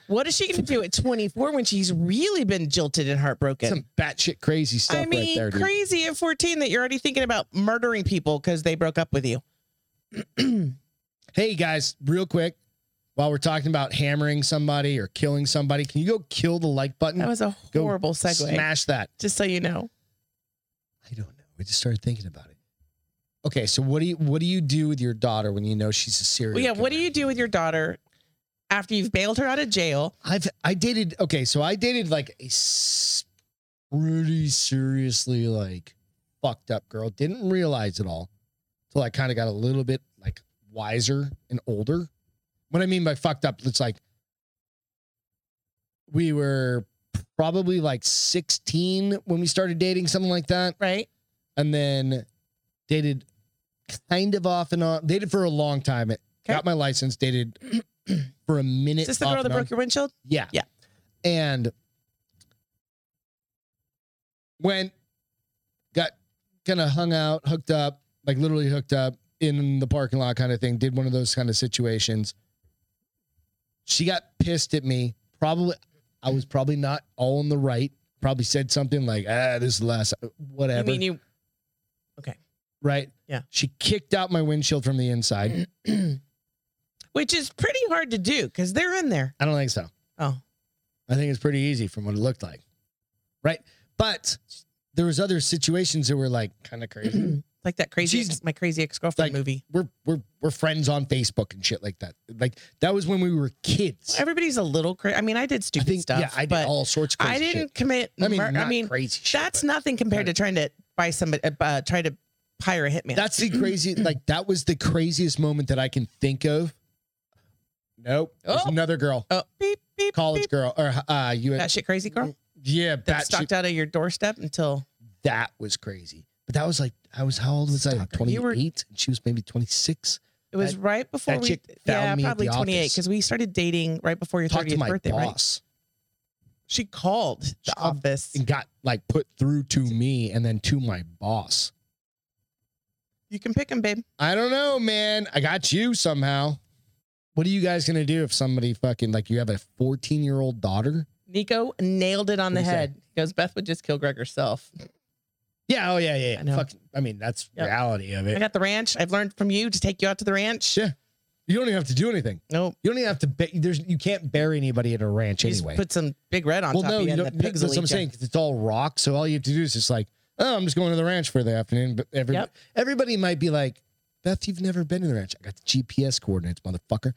S2: What is she going to do at 24 when she's really been jilted and heartbroken?
S1: Some batshit crazy stuff
S2: I mean,
S1: right there, dude.
S2: crazy at 14 that you're already thinking about murdering people because they broke up with you.
S1: Hey guys, real quick, while we're talking about hammering somebody or killing somebody, can you go kill the like button?
S2: That was a
S1: Mm. Go
S2: horrible segue.
S1: Smash that.
S2: Just so you know,
S1: I don't know. We just started thinking about it. Okay, so what do you what do you do with your daughter when you know she's a serial?
S2: well, yeah. What do
S1: killer?
S2: you do with your daughter after you've bailed her out of jail?
S1: I've I dated okay, so I dated like a s- pretty seriously like fucked up girl. Didn't realize it all till I kind of got a little bit like wiser and older. What I mean by fucked up, it's like we were probably like 16 when we started dating, something like that,
S2: Right?
S1: and then dated kind of off and on. Dated for a long time. It
S2: Okay.
S1: got my license. Dated for a minute.
S2: Is this the
S1: off
S2: girl that
S1: and on.
S2: broke your windshield?
S1: Yeah.
S2: Yeah.
S1: And went, got kind of hung out, hooked up, like literally hooked up in the parking lot kind of thing, did one of those kind of situations. She got pissed at me. Probably, I was probably not all in the right. Probably said something like, ah, this is the last,
S2: I
S1: whatever
S2: mean, you
S1: right?
S2: Yeah.
S1: She kicked out my windshield from the inside.
S2: which is pretty hard to do because they're in there.
S1: I don't think so.
S2: Oh,
S1: I think it's pretty easy from what it looked like, right? But there was other situations that were like kind of crazy.
S2: like that crazy,
S1: She's-
S2: my crazy ex girlfriend
S1: Like,
S2: movie.
S1: we're we're we're friends on Facebook and shit like that. Like that was when we were kids.
S2: Everybody's a little crazy. I mean, I
S1: I
S2: did stupid
S1: think
S2: stuff,
S1: yeah, I did
S2: but
S1: all sorts of crazy
S2: I didn't
S1: shit.
S2: commit.
S1: I mean,
S2: mur-
S1: not
S2: I mean,
S1: crazy shit.
S2: that's
S1: but
S2: nothing compared to trying to buy somebody, uh, try to hire a hitman.
S1: that's the crazy like that was the craziest moment that I can think of. Nope. It was
S2: Oh.
S1: another girl,
S2: oh, beep, beep,
S1: college Mm,
S2: beep.
S1: girl or uh you had,
S2: That shit, crazy girl.
S1: yeah,
S2: That
S1: batshit
S2: stalked out of your doorstep until
S1: that was crazy. But that was like I was how old was I? Like
S2: Stalker. You were-
S1: 28. And she was maybe 26.
S2: it was
S1: That-
S2: right before
S1: that
S2: we,
S1: chick
S2: yeah,
S1: found me at
S2: probably
S1: the
S2: twenty eight,
S1: office.
S2: because we started dating right before your
S1: Talked to
S2: thirtieth
S1: my
S2: birthday. Right?
S1: boss
S2: She called the
S1: She called-
S2: office.
S1: and got like put through to me and then to my boss.
S2: You can pick him, babe.
S1: I don't know, man. I got you somehow. What are you guys gonna do if somebody fucking like you have a 14 year old daughter?
S2: Nico nailed it on the
S1: What'd he say?
S2: head. He goes, Beth would just kill Greg herself.
S1: Yeah. Oh yeah. Yeah. yeah.
S2: I know.
S1: Fuck. I mean, that's
S2: Yep.
S1: reality of
S2: I
S1: it.
S2: got the ranch. I've learned from you to take you out to the ranch.
S1: Yeah. You don't even have to do anything.
S2: Nope.
S1: You don't even have to. Ba- there's you can't bury anybody at a ranch
S2: You
S1: anyway.
S2: Just put some big red on
S1: well,
S2: top
S1: no,
S2: of you,
S1: you
S2: and
S1: don't. no,
S2: the pigs
S1: That's
S2: will
S1: what I'm
S2: eat ya.
S1: saying. 'cause it's all rock, so all you have to do is just like, oh, I'm just going to the ranch for the afternoon. But every,
S2: Yep.
S1: everybody might be like, Beth, you've never been to the ranch. I got the GPS coordinates, motherfucker.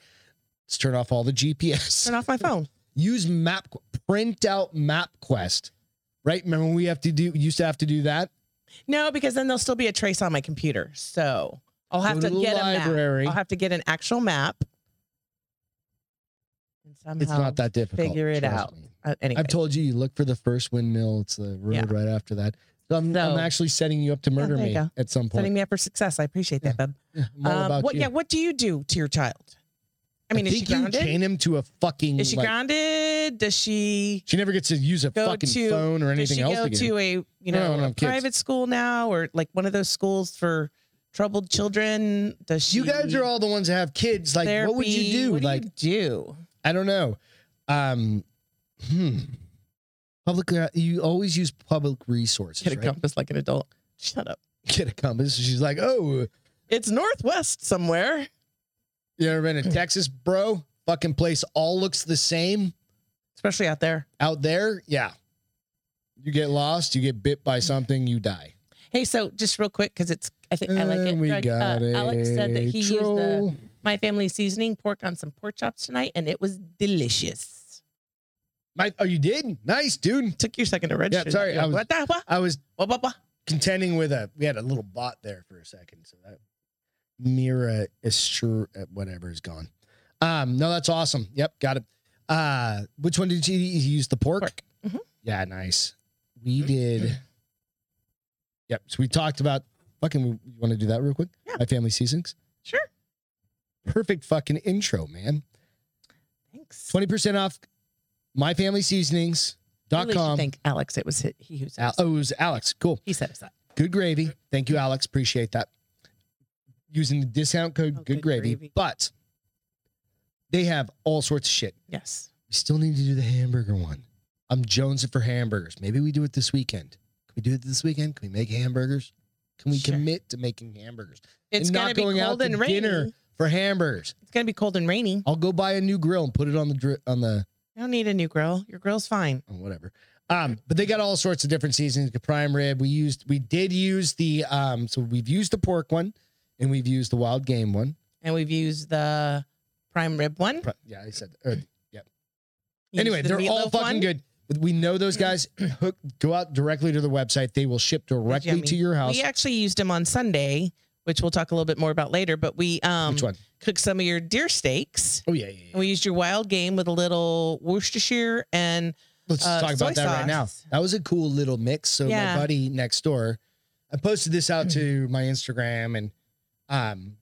S1: Let's turn off all the GPS.
S2: Turn off my phone.
S1: Use map. Print out MapQuest. Right? Remember when we have to do used to have to do that?
S2: No, because then there'll still be a trace on my computer. So I'll have
S1: Go
S2: to,
S1: to the
S2: get a
S1: library.
S2: map. I'll have to get an actual map. And somehow,
S1: It's not that difficult.
S2: figure it
S1: trust
S2: out.
S1: me.
S2: Uh, anyway,
S1: I've told you, you look for the first windmill. It's the road
S2: Yeah.
S1: right after that. So I'm,
S2: So-
S1: I'm actually setting you up to murder
S2: there you
S1: me
S2: go.
S1: at some point.
S2: setting me up for success. I appreciate that, bub. Um,
S1: Yeah, I'm all about
S2: what?
S1: you.
S2: Yeah. What do you do to your child? I mean, is she
S1: think you
S2: grounded?
S1: chain him to a fucking.
S2: Is she
S1: like-
S2: grounded? Does she?
S1: She never gets to use a
S2: Go
S1: fucking
S2: to-
S1: phone or
S2: Does
S1: anything
S2: she
S1: else
S2: go
S1: again.
S2: to a you
S1: No,
S2: know
S1: no,
S2: a
S1: kids.
S2: private school now or like one of those schools for troubled children? Does she?
S1: you guys are all the ones that have kids. Like, what would you
S2: therapy?
S1: do?
S2: What
S1: like,
S2: do you do?
S1: I don't know. Um, hmm. Public. You always use public resources.
S2: Get a
S1: right?
S2: compass like an adult. Shut up.
S1: Get a compass. She's like, oh,
S2: It's northwest somewhere.
S1: you ever been to Texas, bro? Fucking place all looks the same.
S2: Especially out there.
S1: out there, yeah. You get lost, you get bit by something, you die.
S2: Hey, so just real quick, because it's I think I like it.
S1: And we
S4: Greg, uh,
S1: got it.
S4: Alex said that he used the-
S1: troll.
S2: My family seasoning pork on some pork chops tonight, and it was delicious.
S1: My, oh, you did? Nice, dude.
S2: Took you a second to register. that.
S1: sorry,
S2: You're
S1: I
S2: like,
S1: was-
S2: what the- what?
S1: I was
S2: What, what, what?
S1: contending with a. We had a little bot there for a second, so that Mira Estru, uh, whatever is gone. Um, no, that's awesome. Yep, got it. Uh, which one did you, you use? The pork.
S2: Pork. Mhm.
S1: Yeah, nice. We did. Yep. So we talked about fucking. You want to do that real quick?
S2: Yeah.
S1: My family seasonings.
S2: Sure.
S1: Perfect fucking intro, man.
S2: Thanks.
S1: Twenty percent off.
S2: Really should
S1: MyFamilySeasonings.com.
S2: Thank Alex. It was hi- he who said
S1: Al-
S2: us-
S1: oh, it was Alex. Cool.
S2: he said us that.
S1: Good gravy. Thank you, Alex. Appreciate that. Using the discount code
S2: Oh,
S1: good,
S2: Good
S1: gravy,
S2: Gravy.
S1: but they have all sorts of shit.
S2: Yes.
S1: We still need to do the hamburger one. I'm jonesing for hamburgers. Maybe we do it this weekend. Can we do it this weekend? Can we make hamburgers? Can we
S2: Sure.
S1: commit to making hamburgers
S2: It's
S1: And
S2: gonna
S1: not
S2: be
S1: going out
S2: cold
S1: to
S2: and rainy.
S1: dinner. for hamburgers?
S2: It's gonna be cold and rainy.
S1: I'll go buy a new grill and put it on the dri- on the
S2: I don't need a new grill. Your grill's fine.
S1: on whatever. Um, but they got all sorts of different seasonings. The prime rib. We used we did use the um. So we've used the pork one, and we've used the wild game one.
S2: And we've used the prime rib one.
S1: Pro- Yeah, I said. Or,
S2: You
S1: anyway,
S2: used the
S1: they're all
S2: meatloaf
S1: fucking
S2: one.
S1: good. We know those guys. Hook, go out directly to their website. They will ship directly
S2: yummy.
S1: to your house.
S2: We actually used them on Sunday, which we'll talk a little bit more about later. But we um,
S1: Which one?
S2: cooked some of your deer steaks.
S1: Oh yeah, yeah. yeah.
S2: And we used your wild game with a little Worcestershire and
S1: Let's
S2: uh,
S1: talk
S2: soy
S1: about that right now.
S2: sauce.
S1: That was a cool little mix. So
S2: Yeah.
S1: my buddy next door, I posted this out to my Instagram, and um,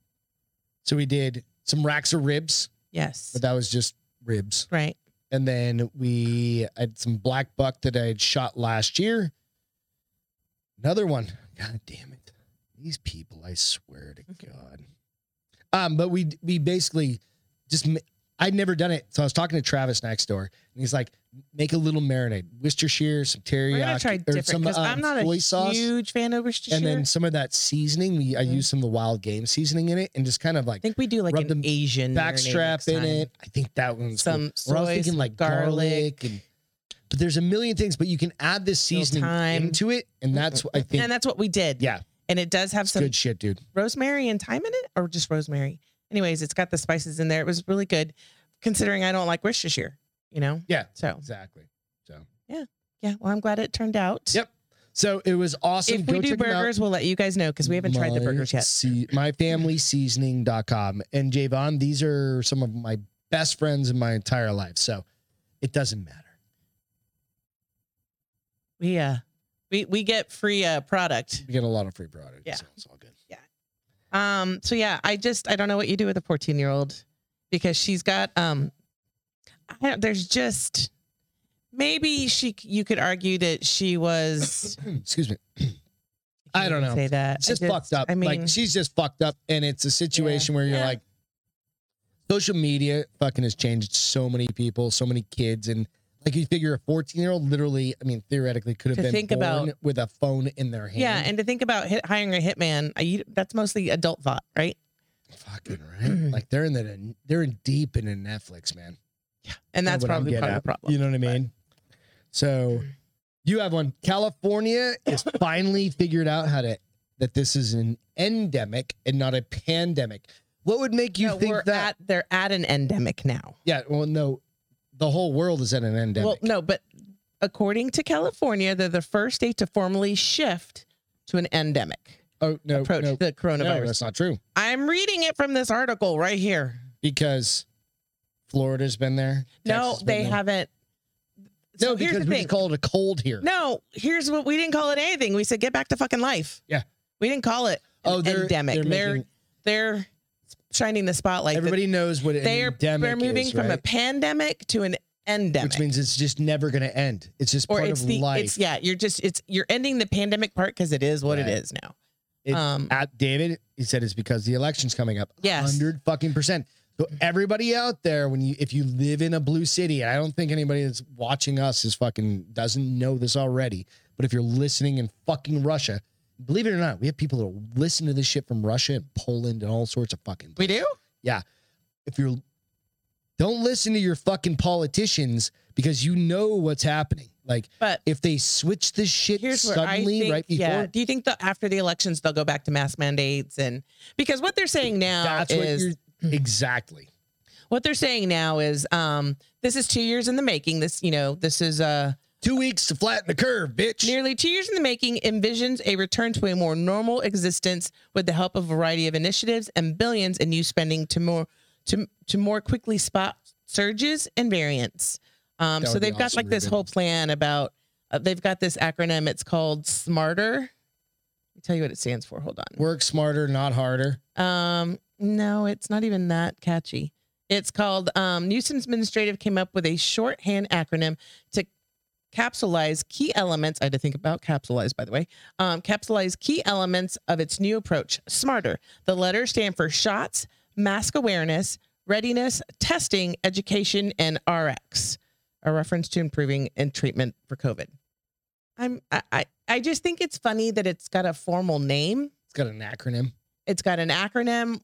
S1: so we did some racks of ribs,
S2: yes,
S1: but that was just ribs.
S2: right.
S1: And then we I had some black buck that I had shot last year. Another one. God damn it. These people, I swear to God. Um, but we we basically just ma- I'd never done it. So I was talking to Travis next door, and he's like, make a little marinade. Worcestershire, some
S2: We're gonna
S1: teriyaki,
S2: try
S1: or
S2: different
S1: some
S2: because
S1: um,
S2: I'm not
S1: soy
S2: a
S1: sauce.
S2: huge fan of Worcestershire.
S1: and then some of that seasoning. We I
S2: Mhm.
S1: used some of the wild game seasoning in it and just kind of
S2: I
S1: like
S2: think we do like
S1: rub
S2: an
S1: the
S2: Asian marinade next
S1: backstrap in
S2: time.
S1: it. I think that one's cool.
S2: Some
S1: We're all
S2: soy,
S1: thinking
S2: some
S1: like
S2: garlic,
S1: garlic, and but there's a million things. But you can add this
S2: Little
S1: seasoning
S2: thyme.
S1: into it, and that's what I think.
S2: and that's what we did.
S1: yeah,
S2: and it does have
S1: it's
S2: some
S1: good shit, dude.
S2: rosemary and thyme in it, or just rosemary. Anyways, it's got the spices in there. It was really good, considering I don't like Worcestershire. You know.
S1: Yeah.
S2: So
S1: Exactly. So
S2: yeah, well, I'm glad it turned out.
S1: Yep. so it was awesome.
S2: If
S1: Go
S2: we do
S1: check 'em out.
S2: burgers, we'll let you guys know because we haven't tried the
S1: My
S2: burgers yet.
S1: Se- myfamilyseasoning.com. And Javon, these are some of my best friends in my entire life. So it doesn't matter.
S2: We uh, we we get free uh product.
S1: We get a lot of free products.
S2: Yeah.
S1: So it's all good.
S2: Um, so yeah, I just I don't know what you do with a 14 year old because she's got um, I don't, there's just maybe she c- you could argue that she was
S1: Excuse me. I don't know.
S2: say that
S1: It's
S2: I
S1: just fucked up.
S2: I mean,
S1: like she's just fucked up, and it's a situation where you're
S2: Yeah.
S1: like, social media fucking has changed so many people, so many kids, and like you figure a 14 year old literally, I mean, theoretically could have
S2: To
S1: been
S2: think
S1: born
S2: about-
S1: with a phone in their hand.
S2: Yeah, and to think about hit, hiring a hitman, I, you, that's mostly adult thought, right?
S1: fucking right. like they're in the they're in deep into Netflix, man.
S2: And that's
S1: what I'm
S2: probably
S1: getting
S2: part of
S1: at.
S2: the problem.
S1: You know what I mean? So you have one. California has finally figured out how to that this is an endemic and not a pandemic. What would make you
S2: No,
S1: think
S2: we're
S1: that?
S2: at they're at an endemic now.
S1: yeah, well, no, the whole world is at an endemic.
S2: Well, no, but according to California, they're the first state to formally shift to an endemic
S1: oh no,
S2: approach
S1: no,
S2: to the
S1: no,
S2: coronavirus.
S1: that's not true
S2: I'm reading it from this article right here.
S1: because Florida's been there. Texas
S2: no,
S1: been
S2: they
S1: there.
S2: haven't.
S1: No,
S2: So here's
S1: because
S2: the
S1: we
S2: thing.
S1: just call it a cold here.
S2: no, here's what we didn't call it anything. We said get back to fucking life.
S1: Yeah.
S2: We didn't call it an
S1: Oh, they're-
S2: endemic.
S1: they're
S2: They're they're,
S1: making-
S2: shining the spotlight. that
S1: Everybody knows what an
S2: they're
S1: endemic
S2: they're moving
S1: is,
S2: from a
S1: right?
S2: pandemic to an
S1: which
S2: endemic.
S1: means it's just never going to end. It's just
S2: or
S1: part
S2: it's
S1: of
S2: the
S1: life.
S2: it's yeah, you're just it's you're ending the pandemic part because it is what
S1: Right.
S2: it is now.
S1: It-
S2: um
S1: at David, he said it's because the election's coming up.
S2: Yes.
S1: hundred fucking percent. So everybody out there, when you if you live in a blue city, and I don't think anybody that's watching us is fucking doesn't know this already. But if you're listening in fucking Russia, believe it or not, we have people that listen to this shit from Russia and Poland and all sorts of fucking.
S2: we do?
S1: If you're don't listen to your fucking politicians because you know what's happening. Like
S2: But
S1: if they switch this shit
S2: here's where I
S1: suddenly
S2: think,
S1: right before,
S2: yeah. Do you think that after the elections they'll go back to mask mandates and because what they're saying now
S1: that's what
S2: is
S1: you're exactly.
S2: what they're saying now is um this is two years in the making. This you know this is uh
S1: Two weeks to flatten the curve, bitch.
S2: Nearly two years in the making envisions a return to a more normal existence with the help of a variety of initiatives and billions in new spending to more to to more quickly spot surges and variants. Um,
S1: That
S2: so
S1: would be
S2: they've got
S1: awesome,
S2: like this
S1: Ruben.
S2: whole plan about. Uh, they've got this acronym. It's called Smarter. Let me tell you what it stands for. Hold on.
S1: Work smarter, not harder.
S2: Um, no, it's not even that catchy. It's called um, Newsom's Administrative came up with a shorthand acronym to capsulize key elements. I had to think about capsulize, by the way. Um, capsulize key elements of its new approach, smarter. The letters stand for shots, mask awareness, readiness, testing, education, and RX, a reference to improving and treatment for COVID. I'm I, I, I just think it's funny that it's got a formal name
S1: It's got an acronym.
S2: it's got an acronym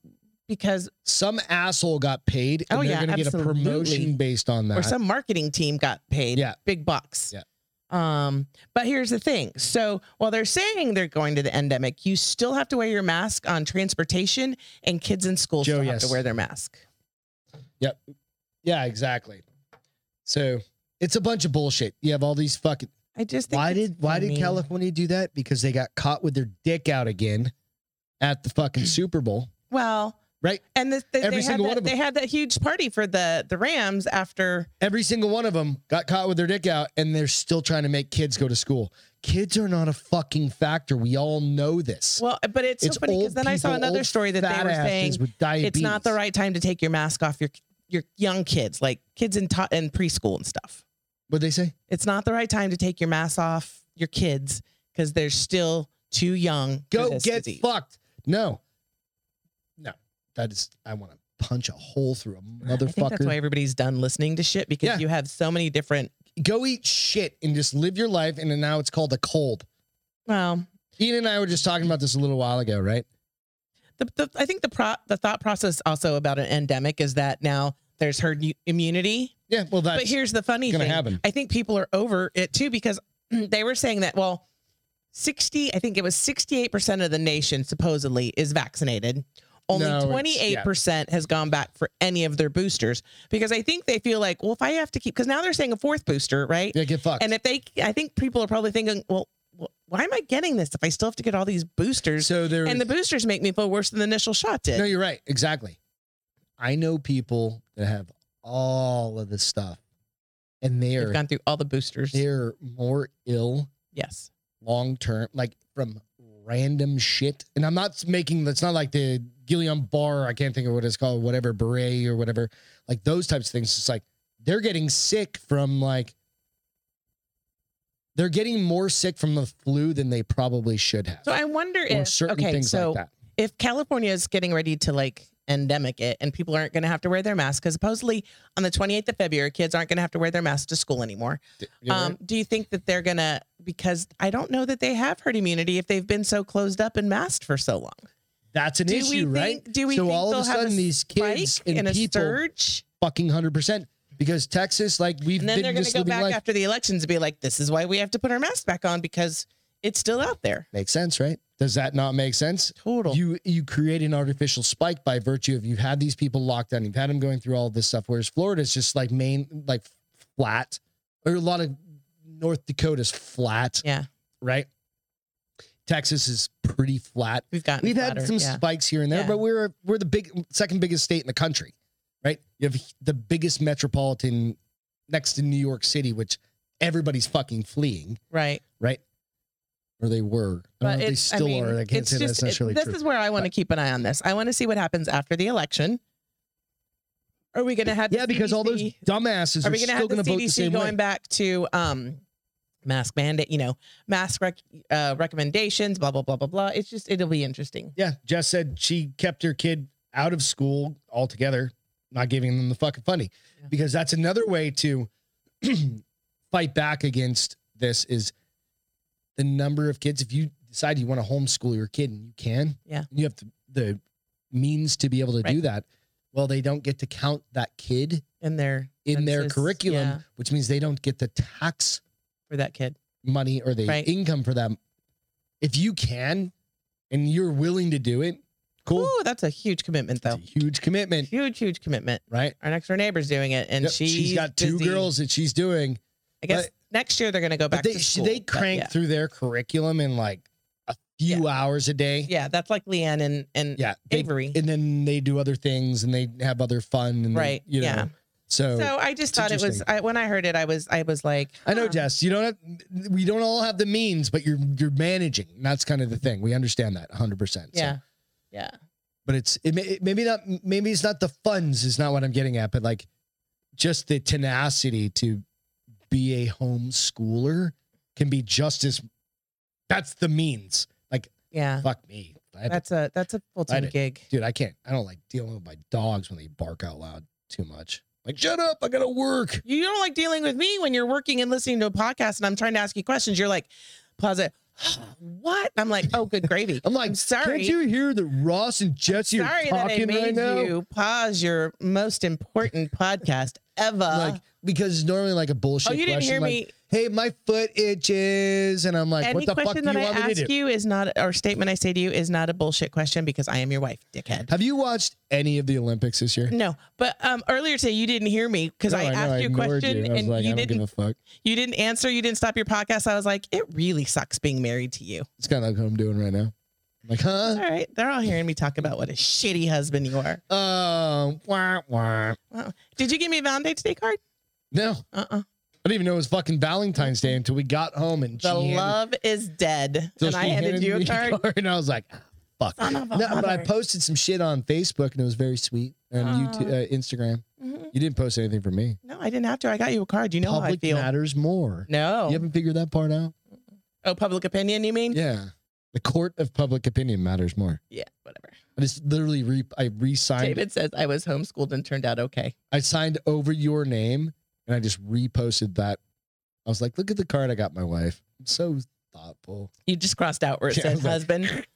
S2: because
S1: Some asshole got paid and
S2: Oh,
S1: they're
S2: yeah,
S1: going to get a
S2: absolutely.
S1: promotion based on that.
S2: or some marketing team got paid
S1: Yeah.
S2: big bucks
S1: Yeah.
S2: um but here's the thing so while they're saying they're going to the endemic you still have to wear your mask on transportation and kids in school
S1: Joe,
S2: still have
S1: yes.
S2: to wear their mask
S1: yeah, exactly. So it's a bunch of bullshit. You have all these fucking.
S2: i just think
S1: Why
S2: it's
S1: did why did
S2: funny.
S1: California do that? Because they got caught with their dick out again at the fucking Super Bowl,
S2: well
S1: right?
S2: and the, they-
S1: Every
S2: they, had
S1: single
S2: that,
S1: one of them.
S2: they had that huge party for the the rams after
S1: Every single one of them got caught with their dick out, and they're still trying to make kids go to school. Kids are not a fucking factor. We all know this.
S2: well but it's, so funny because
S1: old
S2: then i saw
S1: people,
S2: another
S1: old
S2: story that they
S1: fat
S2: were
S1: asses
S2: saying
S1: with diabetes.
S2: it's not the right time to take your mask off your your young kids like kids in, to- in preschool and stuff
S1: What they say?
S2: it's not the right time to take your mask off your kids because they're still too young. for
S1: Go
S2: this
S1: get
S2: disease.
S1: fucked. No, no, that is. I want to punch a hole through a
S2: I think that's why
S1: motherfucker.
S2: everybody's done listening to shit because
S1: Yeah.
S2: you have so many different.
S1: Go eat shit and just live your life. And then now it's called a cold.
S2: Well,
S1: Ian and I were just talking about this a little while ago, right?
S2: the, the, I think the pro, the thought process also about an endemic is that now there's herd u- immunity.
S1: Yeah. Well, that's
S2: but here's the funny
S1: gonna
S2: thing:
S1: happen.
S2: I think people are over it too because they were saying that well, sixty, I think it was sixty-eight percent of the nation supposedly is vaccinated. Only
S1: No, it's-
S2: twenty-eight
S1: yeah.
S2: percent has gone back for any of their boosters because I think they feel like well, if I have to keep because now they're saying a fourth booster, right?
S1: yeah. Get fucked.
S2: And if they, I think people are probably thinking, well, wh- why am I getting this if I still have to get all these boosters?
S1: so there.
S2: and the boosters make me feel worse than the initial shot did.
S1: no, you're right. Exactly. I know people that have all of this stuff, and they
S2: They've
S1: are
S2: gone through all the boosters.
S1: they're more ill
S2: Yes.
S1: long term, like from random shit. And I'm not making that's not like the Gilliam Bar, I can't think of what it's called, whatever, beret or whatever, like those types of things. It's like they're getting sick from like they're getting more sick from the flu than they probably should have.
S2: So I wonder
S1: or
S2: if
S1: certain
S2: okay,
S1: things
S2: so
S1: like that.
S2: if California is getting ready to like endemic it, and people aren't going to have to wear their masks because supposedly on the 28th of February, kids aren't going to have to wear their masks to school anymore. Um, do you think that they're going to, because I don't know that they have herd immunity if they've been so closed up and masked for so long.
S1: That's an
S2: do we
S1: issue, right?
S2: think- do we
S1: so
S2: think
S1: all of a
S2: they'll have a
S1: sudden, these kids
S2: Spike
S1: and
S2: in a
S1: people
S2: surge.
S1: fucking hundred percent because Texas, like we've
S2: And then they're
S1: been
S2: going
S1: just
S2: to go
S1: living
S2: back
S1: life.
S2: after the elections and be like, this is why we have to put our mask back on because it's still out there.
S1: Makes sense, right? Does that not make sense?
S2: Total.
S1: You you create an artificial spike by virtue of you've had these people locked down, you've had them going through all this stuff. Whereas Florida's just like main like flat, or a lot of North Dakota's flat,
S2: yeah.
S1: right? Texas is pretty flat.
S2: We've gotten
S1: We've had
S2: flatter,
S1: some
S2: yeah.
S1: spikes here and there,
S2: Yeah.
S1: but we're we're the big second biggest state in the country, right? You have the biggest metropolitan next to New York City, which everybody's fucking fleeing,
S2: Right.
S1: right? Or they were. I don't know if Uh, they
S2: it's-
S1: still are. I can't
S2: it's
S1: say that's
S2: just- it-
S1: necessarily
S2: this
S1: true.
S2: is where I want to keep an eye on this. I want to see what happens after the election. Are we going to have the
S1: yeah, because all those
S2: CDC
S1: dumbasses are,
S2: Are we going to
S1: still
S2: have the
S1: going to vote
S2: CDC
S1: the same
S2: going
S1: way.
S2: back to um, mask mandate? You know, mask rec- uh, recommendations, blah blah blah blah blah. It's just it'll be interesting.
S1: Yeah, Jess said she kept her kid out of school altogether, not giving them the fucking funny,
S2: Yeah.
S1: because that's another way to fight back against this is the number of kids. If you decide you want to homeschool your kid and you can,
S2: Yeah.
S1: you have to, the means to be able to do
S2: Right.
S1: that. Well, they don't get to count that kid
S2: in their
S1: in their
S2: census,
S1: curriculum,
S2: yeah,
S1: which means they don't get the tax
S2: for that kid.
S1: money or the
S2: Right.
S1: income for them. If you can and you're willing to do it, cool.
S2: Ooh, that's a huge commitment,
S1: It's a
S2: though.
S1: huge commitment,
S2: Huge, huge commitment.
S1: right?
S2: Our next door neighbor's doing it, and
S1: Yep,
S2: she's,
S1: she's got two
S2: busy.
S1: girls that she's doing.
S2: I guess next year they're going to go back
S1: But they
S2: to
S1: she-
S2: school.
S1: they
S2: but
S1: crank
S2: yeah.
S1: through their curriculum in like a few hours a day.
S2: Yeah, that's like Leanne and and
S1: Yeah, they-
S2: Avery.
S1: and then they do other things and they have other fun and they-
S2: Right,
S1: you know.
S2: yeah.
S1: So,
S2: so um, I just
S1: it's
S2: thought it was
S1: interesting.
S2: I, when I heard it, I was I was like,
S1: I know,
S2: huh.
S1: Jess. You don't have. We don't all have the means, but you're you're managing. And that's kind of the thing. We understand that 100. percent
S2: Yeah, yeah,
S1: but it's it, may- it, maybe not maybe it's not the funds is not what i'm getting at but like just the tenacity to be a homeschooler can be just as that's the means like
S2: yeah.
S1: fuck me I had to-
S2: That's a that's a full
S1: I
S2: time
S1: did.
S2: gig.
S1: dude i can't i don't like dealing with my dogs when they bark out loud too much like shut up i gotta work
S2: You don't like dealing with me when you're working and listening to a podcast, and I'm trying to ask you questions. You're like, Plaza, what? I'm like, oh, good gravy.
S1: i'm like
S2: I'm sorry.
S1: can't you hear that ross and jesse are
S2: Sorry that I
S1: talking right
S2: made
S1: now
S2: you pause your most important podcast ever.
S1: like because normally like a bullshit
S2: uh. oh, you didn't
S1: question,
S2: hear
S1: like,
S2: me.
S1: hey my foot itches and i'm like
S2: Any
S1: what the fuck do
S2: question
S1: you
S2: that I
S1: want me to do
S2: ask you is not, or statement I say to you is not a bullshit question because I am your wife, dickhead.
S1: Have you watched any of the Olympics this year?
S2: No, but um, earlier today you didn't hear me because
S1: No,
S2: I
S1: know,
S2: asked you a
S1: ignored
S2: question
S1: I was
S2: and
S1: like, I
S2: you
S1: don't
S2: didn't
S1: give a fuck.
S2: you didn't answer. You didn't stop your podcast. I was like, it really sucks being married to you.
S1: It's kind of like what I'm doing right now. I'm like,
S2: All
S1: huh?
S2: right, they're all hearing me talk about what a shitty husband you are.
S1: Um, wah, wah.
S2: Did you give me a Valentine's Day card?
S1: No, I
S2: Uh uh
S1: didn't even know it was fucking Valentine's Day until we got home and
S2: The
S1: she handed-
S2: love is dead.
S1: so
S2: and I
S1: she
S2: handed you a
S1: me
S2: card.
S1: and I was like, ah, fuck.
S2: Son
S1: No,
S2: of a
S1: but I
S2: mother.
S1: posted some shit on Facebook and it was very sweet on
S2: Aw.
S1: YouTube, uh, Instagram.
S2: Mhm.
S1: You didn't post anything for me.
S2: No, I didn't have to. I got you a card. You know how I
S1: Public
S2: feel.
S1: matters more.
S2: No.
S1: You haven't figured that part out?
S2: Oh, public opinion, you mean?
S1: Yeah. The court of public opinion matters more.
S2: Yeah, whatever.
S1: I just literally re- I re-signed
S2: David says I was homeschooled and turned out okay.
S1: I signed over your name and I just reposted that. I was like, look at the card I got my wife. I'm so thoughtful.
S2: You just crossed out where it
S1: Yeah, I was
S2: says
S1: like-
S2: husband,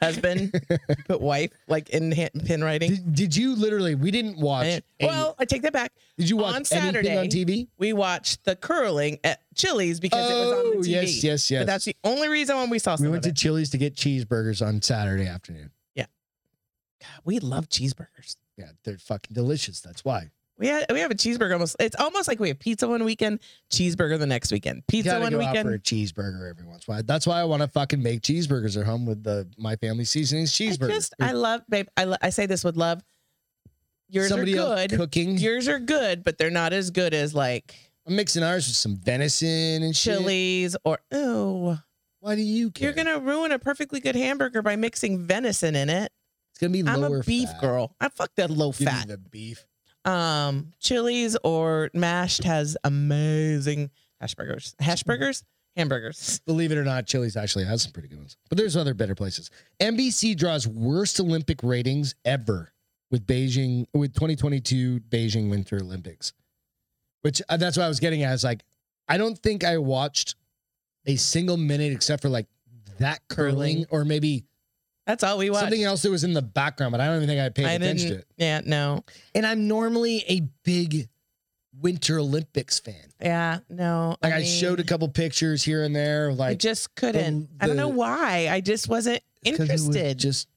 S2: husband, but wife, like in hand, pen writing.
S1: Did, did you literally? We didn't watch.
S2: And-
S1: any-
S2: well, I take that back.
S1: did you watch
S2: on
S1: anything
S2: Saturday,
S1: on TV?
S2: We watched the curling at Chili's because it was on the TV.
S1: Oh, yes, yes, yes.
S2: But that's the only reason why we saw some
S1: we
S2: of
S1: went to
S2: it.
S1: Chili's to get cheeseburgers on Saturday afternoon.
S2: We love cheeseburgers.
S1: Yeah, they're fucking delicious. That's why.
S2: We had we have a cheeseburger almost. It's almost like we have pizza one weekend, cheeseburger the next weekend,
S1: You
S2: pizza
S1: gotta
S2: one
S1: go out for
S2: weekend.
S1: a cheeseburger every once in a while. That's why I want to fucking make cheeseburgers at home with the my family seasonings
S2: I
S1: cheeseburger.
S2: just I love, babe. I, lo- I say this with love. Yours
S1: Somebody
S2: are
S1: else
S2: good.
S1: cooking.
S2: Yours are good, but they're not as good as like
S1: I'm mixing ours with some venison and shit.
S2: Chili's or oh,
S1: Why do you care?
S2: you're gonna ruin a perfectly good hamburger by mixing venison in it.
S1: It's gonna be
S2: I'm
S1: lower
S2: a beef
S1: fat.
S2: girl. I fuck that low
S1: Give me
S2: fat.
S1: the beef.
S2: um chilies or mashed has amazing hash burgers hash burgers hamburgers
S1: Believe it or not, Chili's actually has some pretty good ones, but there's other better places. NBC draws worst Olympic ratings ever. with Beijing with 2022 Beijing Winter Olympics, which uh, that's what I was getting at. Is like I don't think I watched a single minute except for like that curling,
S2: Curling.
S1: or maybe
S2: That's all we watched.
S1: something else that was in the background, but I don't even think I paid
S2: I
S1: attention to
S2: didn't.
S1: it.
S2: Yeah, no.
S1: And I'm normally a big Winter Olympics fan.
S2: Yeah, no.
S1: Like I,
S2: mean,
S1: showed a couple pictures here and there,
S2: I
S1: like
S2: just couldn't.
S1: the-
S2: I don't know
S1: the-
S2: why. I just wasn't
S1: 'cause it was
S2: interested.
S1: Just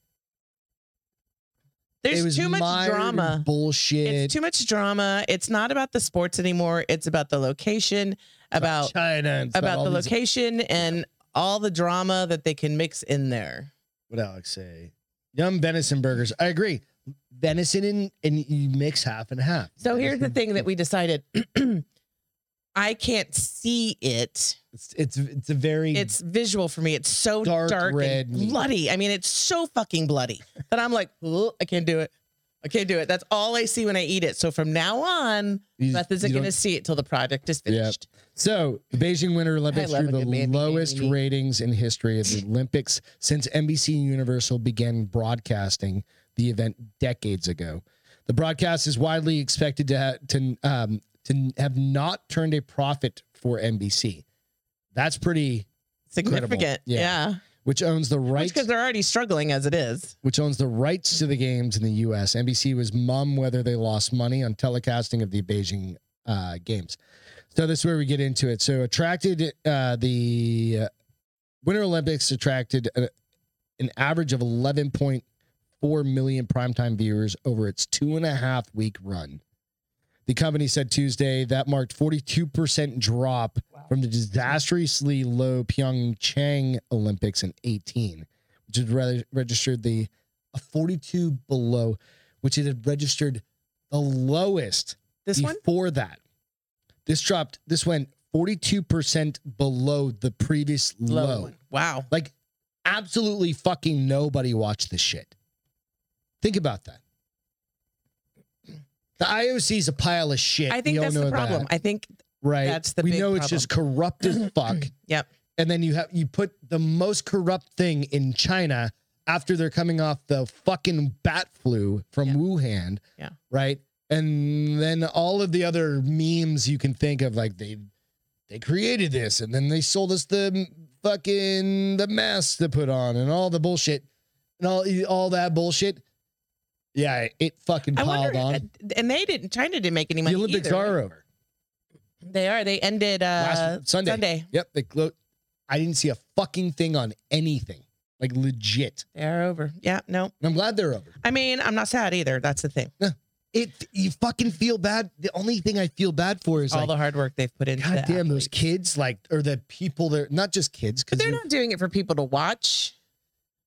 S1: it
S2: There's
S1: was
S2: too much
S1: mired in
S2: drama.
S1: bullshit.
S2: It's too much drama. It's not about the sports anymore. It's about the location, about
S1: China and it's
S2: about
S1: all
S2: the
S1: these-
S2: location and all the drama that they can mix in there.
S1: What Alex say? Yum venison burgers. I agree. Venison and and you mix half and half.
S2: So here's the
S1: Venison-
S2: thing that we decided. I can't see it.
S1: It's it's, it's a very
S2: It's visual for me. It's so
S1: Mm. Dark
S2: dark,
S1: red meat.
S2: and bloody. I mean, it's so fucking bloody that I'm like, "Ugh, I can't do it. I can't do it. That's all I see when I eat it. So from now on,
S1: you-
S2: Beth
S1: you
S2: isn't going
S1: don't-
S2: to see it till the project is
S1: Yeah.
S2: finished.
S1: So the Beijing Winter Olympics
S2: I love
S1: drew
S2: a
S1: the
S2: good Mandy
S1: lowest
S2: Amy.
S1: ratings in history of the Olympics since NBC Universal began broadcasting the event decades ago. The broadcast is widely expected to ha- to um, to have not turned a profit for NBC. That's pretty. Incredible.
S2: Significant.
S1: Yeah.
S2: Yeah.
S1: Which owns the rights?
S2: Because they're already struggling as it is.
S1: which owns the rights to the games in the U.S. NBC was mum whether they lost money on telecasting of the Beijing uh, games. So this is where we get into it. So attracted uh, the uh, Winter Olympics attracted a, an average of 11.4 million primetime viewers over its two and a half week run. The company said Tuesday that marked 42% drop from the disastrously low Pyeongchang Olympics in 18 which had re- registered the a 42 below, which it had registered the lowest
S2: This one?
S1: before that. This dropped. This went 42 percent below the previous low.
S2: one. Wow.
S1: Like, absolutely fucking nobody watched this shit. Think about that. The IOC is a pile of shit.
S2: I
S1: We
S2: think
S1: all
S2: that's the
S1: know that,
S2: problem. I think,
S1: right?
S2: that's the
S1: we
S2: big
S1: know it's just corrupt as fuck
S2: yep.
S1: and then you have you put the most corrupt thing in China after they're coming off the fucking bat flu from
S2: Yeah.
S1: Wuhan.
S2: Yeah.
S1: Right. And then all of the other memes you can think of, like they they created this and then they sold us the fucking the mask to put on and all the bullshit and all e, all that bullshit. Yeah, it fucking
S2: I
S1: piled
S2: wonder, uh,
S1: on.
S2: and they didn't, China didn't make any money.
S1: The Olympics
S2: either.
S1: are over.
S2: They are. They ended uh,
S1: Last Sunday.
S2: Sunday.
S1: Yep. They clo- I didn't see a fucking thing on anything. Like legit.
S2: They are over. Yeah. No.
S1: And I'm glad they're over.
S2: I mean, I'm not sad either. That's the thing.
S1: It you fucking feel bad. The only thing I feel bad for is
S2: All
S1: like
S2: the hard work they've put into
S1: God
S2: that.
S1: damn those kids, like or the people they're not just kids because
S2: But they're
S1: they're,
S2: not doing it for people to watch.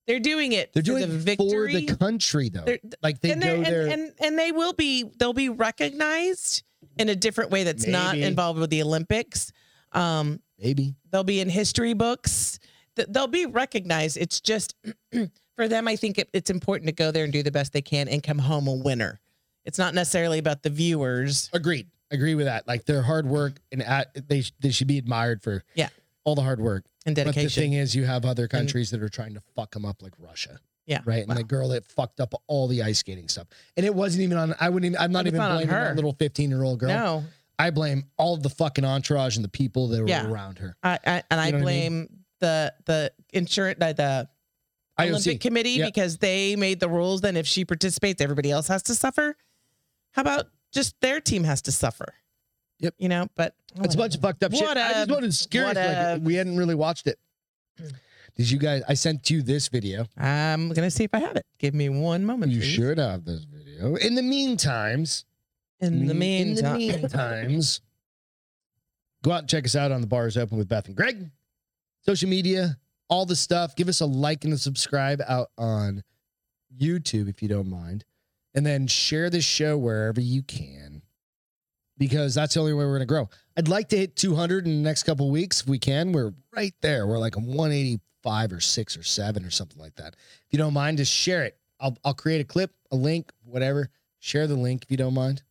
S2: They're doing it.
S1: they're
S2: for
S1: doing
S2: the
S1: it for
S2: victory.
S1: the country though.
S2: They're-
S1: like they
S2: and, they're-
S1: go
S2: and,
S1: there.
S2: and and they will be. They'll be recognized in a different way that's not
S1: Maybe.
S2: involved with the Olympics. Um,
S1: maybe
S2: they'll be in history books. Th- They'll be recognized. It's just for them. I think it, it's important to go there and do the best they can and come home a winner. It's not necessarily about the viewers.
S1: agreed. Agree with that. Like their hard work and at, they they should be admired for
S2: Yeah.
S1: all the hard work.
S2: and
S1: But the
S2: dedication.
S1: thing is, you have other countries that are trying to fuck them up, like Russia.
S2: Yeah,
S1: Right. And
S2: wow.
S1: the girl that fucked up all the ice skating stuff, and it wasn't even on. I wouldn't. Even, I'm not
S2: It's
S1: even
S2: not on
S1: blaming that
S2: her.
S1: little 15 year old girl.
S2: No,
S1: I blame all of the fucking entourage and the people that were
S2: Yeah.
S1: around her.
S2: I, I and I
S1: You know what I
S2: blame the the insurance the, the Olympic committee
S1: Yeah.
S2: because they made the rules. Then if she participates, everybody else has to suffer. How about just their team has to suffer?
S1: Yep.
S2: You know, but
S1: It's a bunch of fucked up shit.
S2: What
S1: I just
S2: a-
S1: wanted to scare
S2: what
S1: us, like,
S2: a- Mm.
S1: we hadn't really watched it. Did you guys? I sent you this video.
S2: I'm gonna see if I have it. Give me one moment.
S1: You
S2: please.
S1: should have this video. In the meantimes,
S2: In the
S1: mean-
S2: meantime,
S1: in the meantimes, go out and check us out on the bars open with Beth and Greg. Social media, all the stuff. Give us a like and a subscribe out on YouTube if you don't mind, and then share this show wherever you can, because that's the only way we're gonna grow. I'd like to hit 200 in the next couple weeks if we can. We're right there. We're like a 185 or six or seven or something like that. If you don't mind, just share it. I'll I'll create a clip, a link, whatever. Share the link if you don't mind.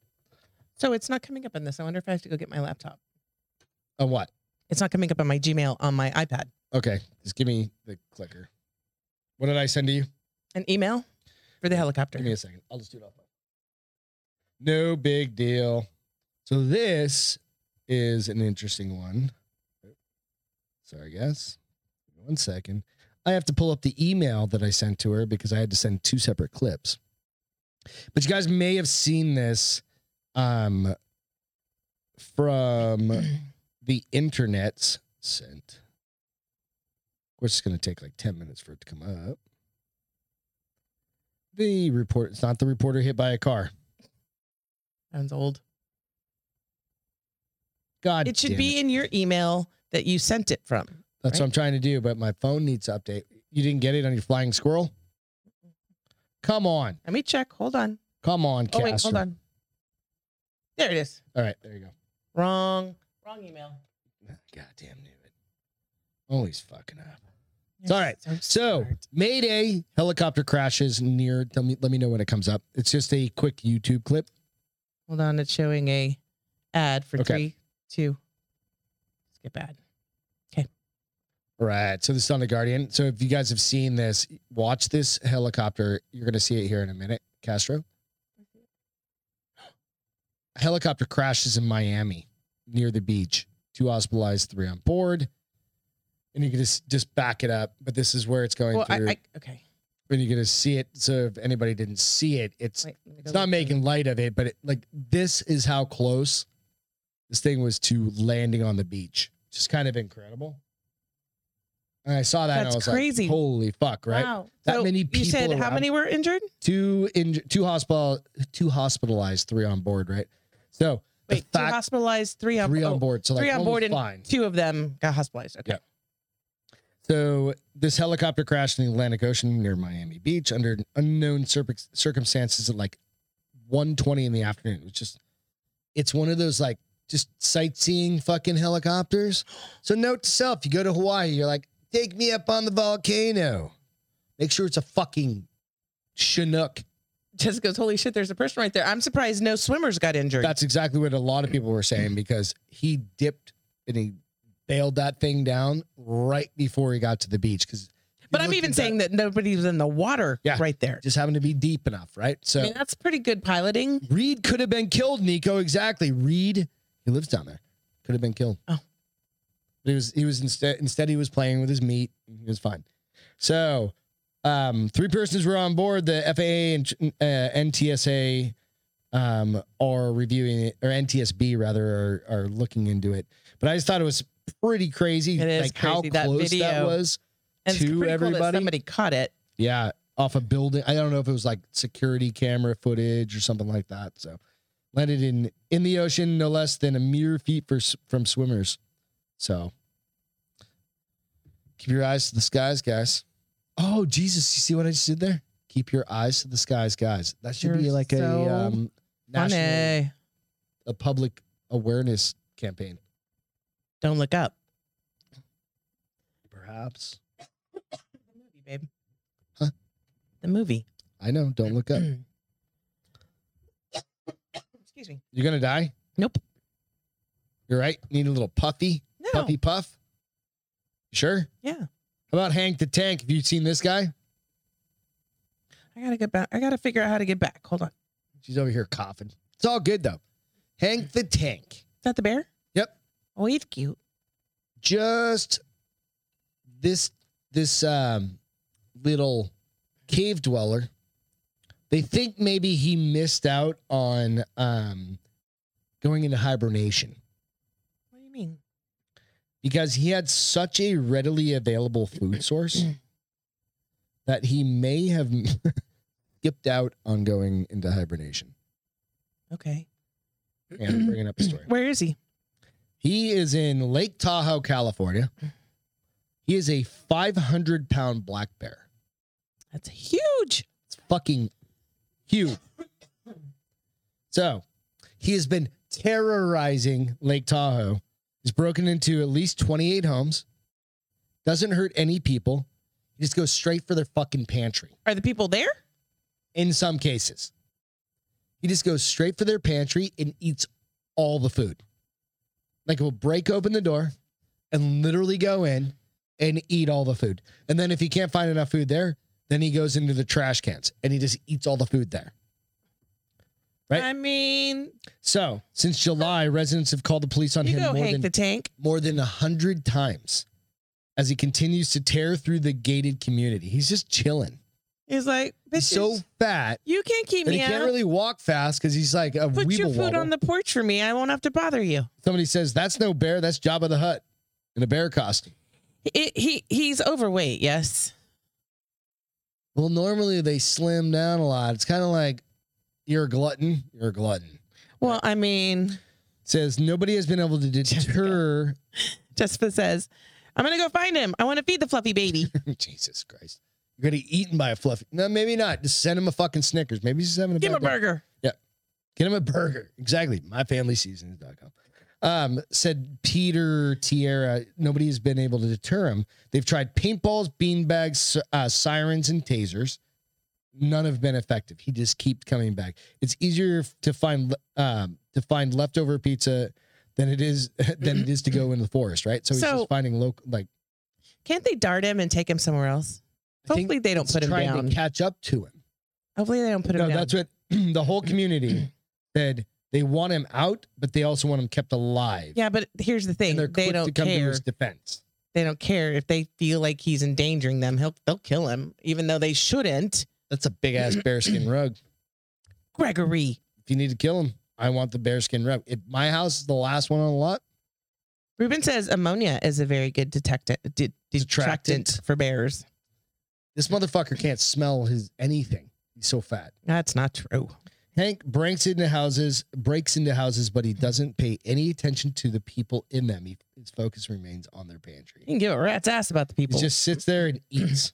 S2: so it's not coming up on this. I wonder if I have to go get my laptop.
S1: On what?
S2: It's not coming up on my Gmail on my iPad.
S1: Okay, just give me the clicker. What did I send to you?
S2: An email for the helicopter.
S1: Give me a second. I'll just do it off. my- No big deal. So this is an interesting one. So I guess one second. I have to pull up the email that I sent to her because I had to send two separate clips. But you guys may have seen this um from the internet's sent. Of course, it's going to take like 10 minutes for it to come up. The report, it's not the reporter hit by a car.
S2: Sounds old.
S1: God,
S2: It should
S1: damn
S2: be in your email that you sent it from.
S1: That's what I'm trying to do, but my phone needs to update. You didn't get it on your flying squirrel? Come on.
S2: Let me check. Hold on.
S1: Come on,
S2: Oh
S1: Castro.
S2: wait, hold on. There it is.
S1: All right, there you go.
S2: Wrong. Wrong email.
S1: God damn knew it. Always fucking up. It's all right. So,
S2: smart.
S1: Mayday helicopter crashes near. Tell me, let me know when it comes up. It's just a quick YouTube clip.
S2: Hold on, it's showing a ad for
S1: Okay.
S2: three, two. Skip ad.
S1: Right. So this is on the Guardian. So if you guys have seen this, watch this helicopter. You're going to see it here in a minute, Castro.
S2: Mm-hmm.
S1: A helicopter crashes in Miami near the beach. Two hospitalized, three on board. And you can just just back it up, but this is where it's going
S2: Well, I,
S1: through.
S2: I okay.
S1: and you're going to see it. So if anybody didn't see it, it's
S2: Wait, let me go
S1: it's not
S2: look.
S1: making light of it, but it, like this is how close this thing was to landing on the beach. Just kind of incredible. And I saw that and I
S2: That's
S1: was
S2: crazy.
S1: like, "Holy fuck!" Right?
S2: Wow.
S1: That many
S2: You said
S1: people
S2: how
S1: around-
S2: many were injured?
S1: Two in two hospital, two hospitalized, three on board. Right? So the
S2: Wait, two
S1: fact
S2: hospitalized, three on,
S1: three on
S2: oh,
S1: board. So like
S2: three on
S1: one
S2: board
S1: was
S2: and-
S1: fine.
S2: Two of them got hospitalized. Okay.
S1: Yeah. So this helicopter crashed in the Atlantic Ocean near Miami Beach under unknown circ- circumstances at like 1:20 in the afternoon. It's just it's one of those like just sightseeing fucking helicopters. So note to self, you go to Hawaii, you're like, take me up on the volcano. Make sure it's a fucking Chinook.
S2: Jessica goes, holy shit, there's a person right there. I'm surprised no swimmers got injured.
S1: That's exactly what a lot of people were saying because he dipped and he bailed that thing down right before he got to the beach. Because
S2: but I'm even saying that nobody was in the water
S1: Yeah.
S2: right there.
S1: just happened to be deep enough, right? So
S2: I mean, that's pretty good piloting.
S1: Reed could have been killed, Nico. Exactly. Reed, he lives down there. Could have been killed.
S2: Oh.
S1: But he was he was instead instead he was playing with his meat. He was fine. So um three persons were on board. The FAA and uh, NTSA um are reviewing it, or NTSB rather are are looking into it. But I just thought it was pretty crazy
S2: It is
S1: like how
S2: crazy, that
S1: close that
S2: video.
S1: was.
S2: And
S1: To
S2: it's pretty cool that
S1: everybody?
S2: somebody caught it.
S1: Yeah, off a building. I don't know if it was like security camera footage or something like that. So landed in in the ocean, no less than a mere feet for, s- from swimmers. So keep your eyes to the skies, guys. Oh Jesus! You see what I just did there? Keep your eyes to the skies, guys. That should be
S2: You're
S1: like
S2: so
S1: a um, national,
S2: Funny.
S1: a public awareness campaign,
S2: Don't look up.
S1: perhaps.
S2: The movie, babe.
S1: Huh?
S2: The movie.
S1: I know. Don't look up.
S2: Excuse me.
S1: You're gonna die.
S2: Nope.
S1: You're right. Need a little puffy.
S2: No.
S1: Puffy Puff. You sure?
S2: Yeah.
S1: How about Hank the Tank? Have you seen this guy?
S2: I gotta get back. I gotta figure out how to get back. Hold on. Is
S1: She's over here coughing. It's all good though. Hank the Tank.
S2: that the bear?
S1: Yep.
S2: Oh, he's cute.
S1: Just this this um little cave dweller. They think maybe he missed out on um going into hibernation
S2: What do you mean?
S1: because he had such a readily available food source that he may have skipped out on going into hibernation.
S2: Okay.
S1: And bringing up a story.
S2: Where is he?
S1: He is in Lake Tahoe, California. He is a 500 pound black bear.
S2: That's huge.
S1: It's fucking huge. So he has been terrorizing Lake Tahoe. He's broken into at least 28 homes, doesn't hurt any people. He just goes straight for their fucking pantry
S2: Are the people there?
S1: in some cases. He just goes straight for their pantry and eats all the food. Like he'll break open the door and literally go in and eat all the food. And then if he can't find enough food there, then he goes into the trash cans and he just eats all the food there. Right.
S2: I mean,
S1: So since July, residents have called the police on
S2: you
S1: him
S2: go
S1: more
S2: Hank
S1: than
S2: the Tank.
S1: more than a hundred times as he continues to tear through the gated community. He's just chilling.
S2: He's like,
S1: He's
S2: bitches,
S1: so fat
S2: you can't keep
S1: that he
S2: me out.
S1: can't really walk fast because he's like a
S2: Put your
S1: weeble
S2: food
S1: wobble.
S2: on the porch for me. I won't have to bother you.
S1: Somebody says that's no bear, that's Jabba the Hutt in a bear costume.
S2: It, he he's overweight. Yes.
S1: Well, normally they slim down a lot. It's kind of like you're a glutton, you're a glutton.
S2: Well, I mean,
S1: Says nobody has been able to deter.
S2: Jessica says, I'm gonna go find him. I want to feed the fluffy baby.
S1: Jesus Christ. You're gonna be eaten by a fluffy. No, maybe not. Just send him a fucking Snickers. Maybe he's just having a
S2: Give him a
S1: bad day.
S2: burger.
S1: Get him a burger. Exactly. MyFamilySeasons.com. Um, said Peter Tierra, nobody has been able to deter him. They've tried paintballs, beanbags, uh, sirens, and tasers. None have been effective. He just keeps coming back. It's easier to find um, to find leftover pizza than it is than it is to go in the forest, right? So he's
S2: So-
S1: just finding local like
S2: Can't they dart him and take him somewhere else?
S1: I think
S2: Hopefully they don't
S1: it's
S2: put him
S1: trying
S2: down.
S1: to catch up to him.
S2: Hopefully they don't put him
S1: No,
S2: down.
S1: that's what the whole community said. They want him out, but they also want him kept alive.
S2: yeah, but here's the thing:
S1: and they're
S2: they
S1: quick to
S2: don't
S1: come to
S2: care.
S1: his defense.
S2: They don't care if they feel like he's endangering them. He'll they'll kill him, even though they shouldn't.
S1: That's a big ass bearskin rug.
S2: Gregory,
S1: If you need to kill him, I want the bearskin rug. If my house is the last one on the lot,
S2: Ruben says ammonia is a very good detectant, de- detractant
S1: Detractant.
S2: for bears.
S1: this motherfucker can't smell his anything. He's so fat.
S2: That's not true.
S1: Hank breaks into houses, breaks into houses, but he doesn't pay any attention to the people in them. He, his focus remains on their pantry.
S2: You can give a rat's ass about the
S1: He
S2: people.
S1: just sits there and eats.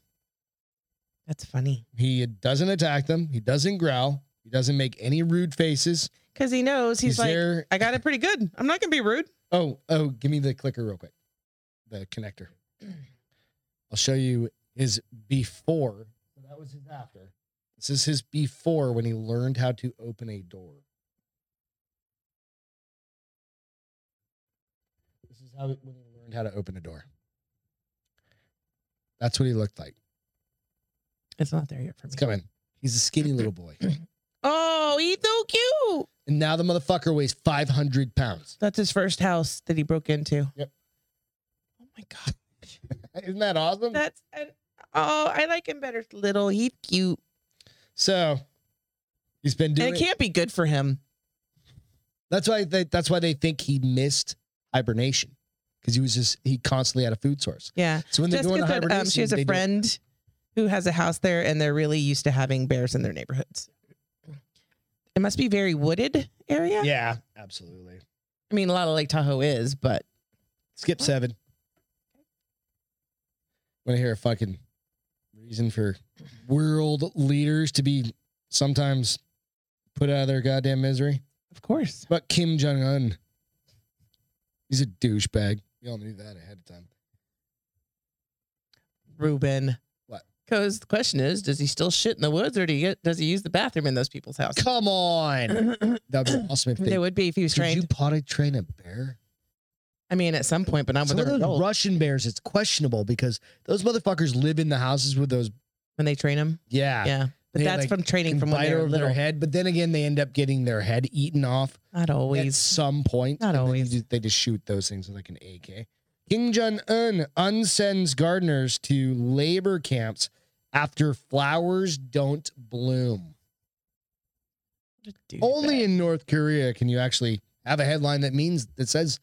S2: That's funny
S1: He doesn't attack them. He doesn't growl. He doesn't make any rude faces.
S2: because he knows he's,
S1: He's
S2: like,
S1: there.
S2: I got it pretty good. I'm not gonna be rude.
S1: Oh, oh, give me the clicker real quick. The connector. I'll show you his before. So that was his after. This is his before when he learned how to open a door. This is how when he learned how to open a door. That's what he looked like.
S2: It's not there yet for me.
S1: It's coming. He's a skinny little boy.
S2: Oh, he's so cute.
S1: And now the motherfucker weighs 500 pounds.
S2: That's his first house that he broke into.
S1: Yep.
S2: Oh my god.
S1: Isn't that awesome?
S2: That's an oh, I like him better. Little, he's cute,
S1: So he's been doing
S2: and it can't be good for him.
S1: That's why they, that's why they think he missed hibernation because he was just he constantly had a food source.
S2: Yeah.
S1: So when they go
S2: Jessica
S1: into
S2: said
S1: hibernation,
S2: um, she has
S1: they
S2: a
S1: do-
S2: friend who has a house there, and they're really used to having bears in their neighborhoods. It must be very wooded area.
S1: yeah, absolutely.
S2: I mean, a lot of Lake Tahoe is, but
S1: Skip seven. Want to hear a fucking reason for world leaders to be sometimes put out of their goddamn misery?
S2: of course,
S1: But Kim Jong Un, he's a douchebag. We all knew that ahead of time.
S2: Reuben.
S1: What?
S2: Because the question is, does he still shit in the woods, or do he get, does he use the bathroom in those people's houses?
S1: Come on, that'd be awesome if they.
S2: They would be if he was
S1: Could
S2: trained.
S1: you potty train a bear?
S2: I mean, at some point, but not with
S1: Some of
S2: their
S1: those
S2: adult
S1: Russian bears, it's questionable because those motherfuckers live in the houses with those.
S2: when they train him.
S1: Yeah,
S2: Yeah, but
S1: They,
S2: that's
S1: like,
S2: from training
S1: can
S2: from when
S1: bite
S2: they were
S1: over
S2: little.
S1: their head, but then again, they end up getting their head eaten off
S2: Not
S1: at
S2: always.
S1: some point.
S2: Not
S1: and then you
S2: always.
S1: ju- they just shoot those things with like an AK. Kim Jong Un unsends gardeners to labor camps after flowers don't bloom.
S2: Dude,
S1: Only
S2: but-
S1: in North Korea can you actually have a headline that means that says,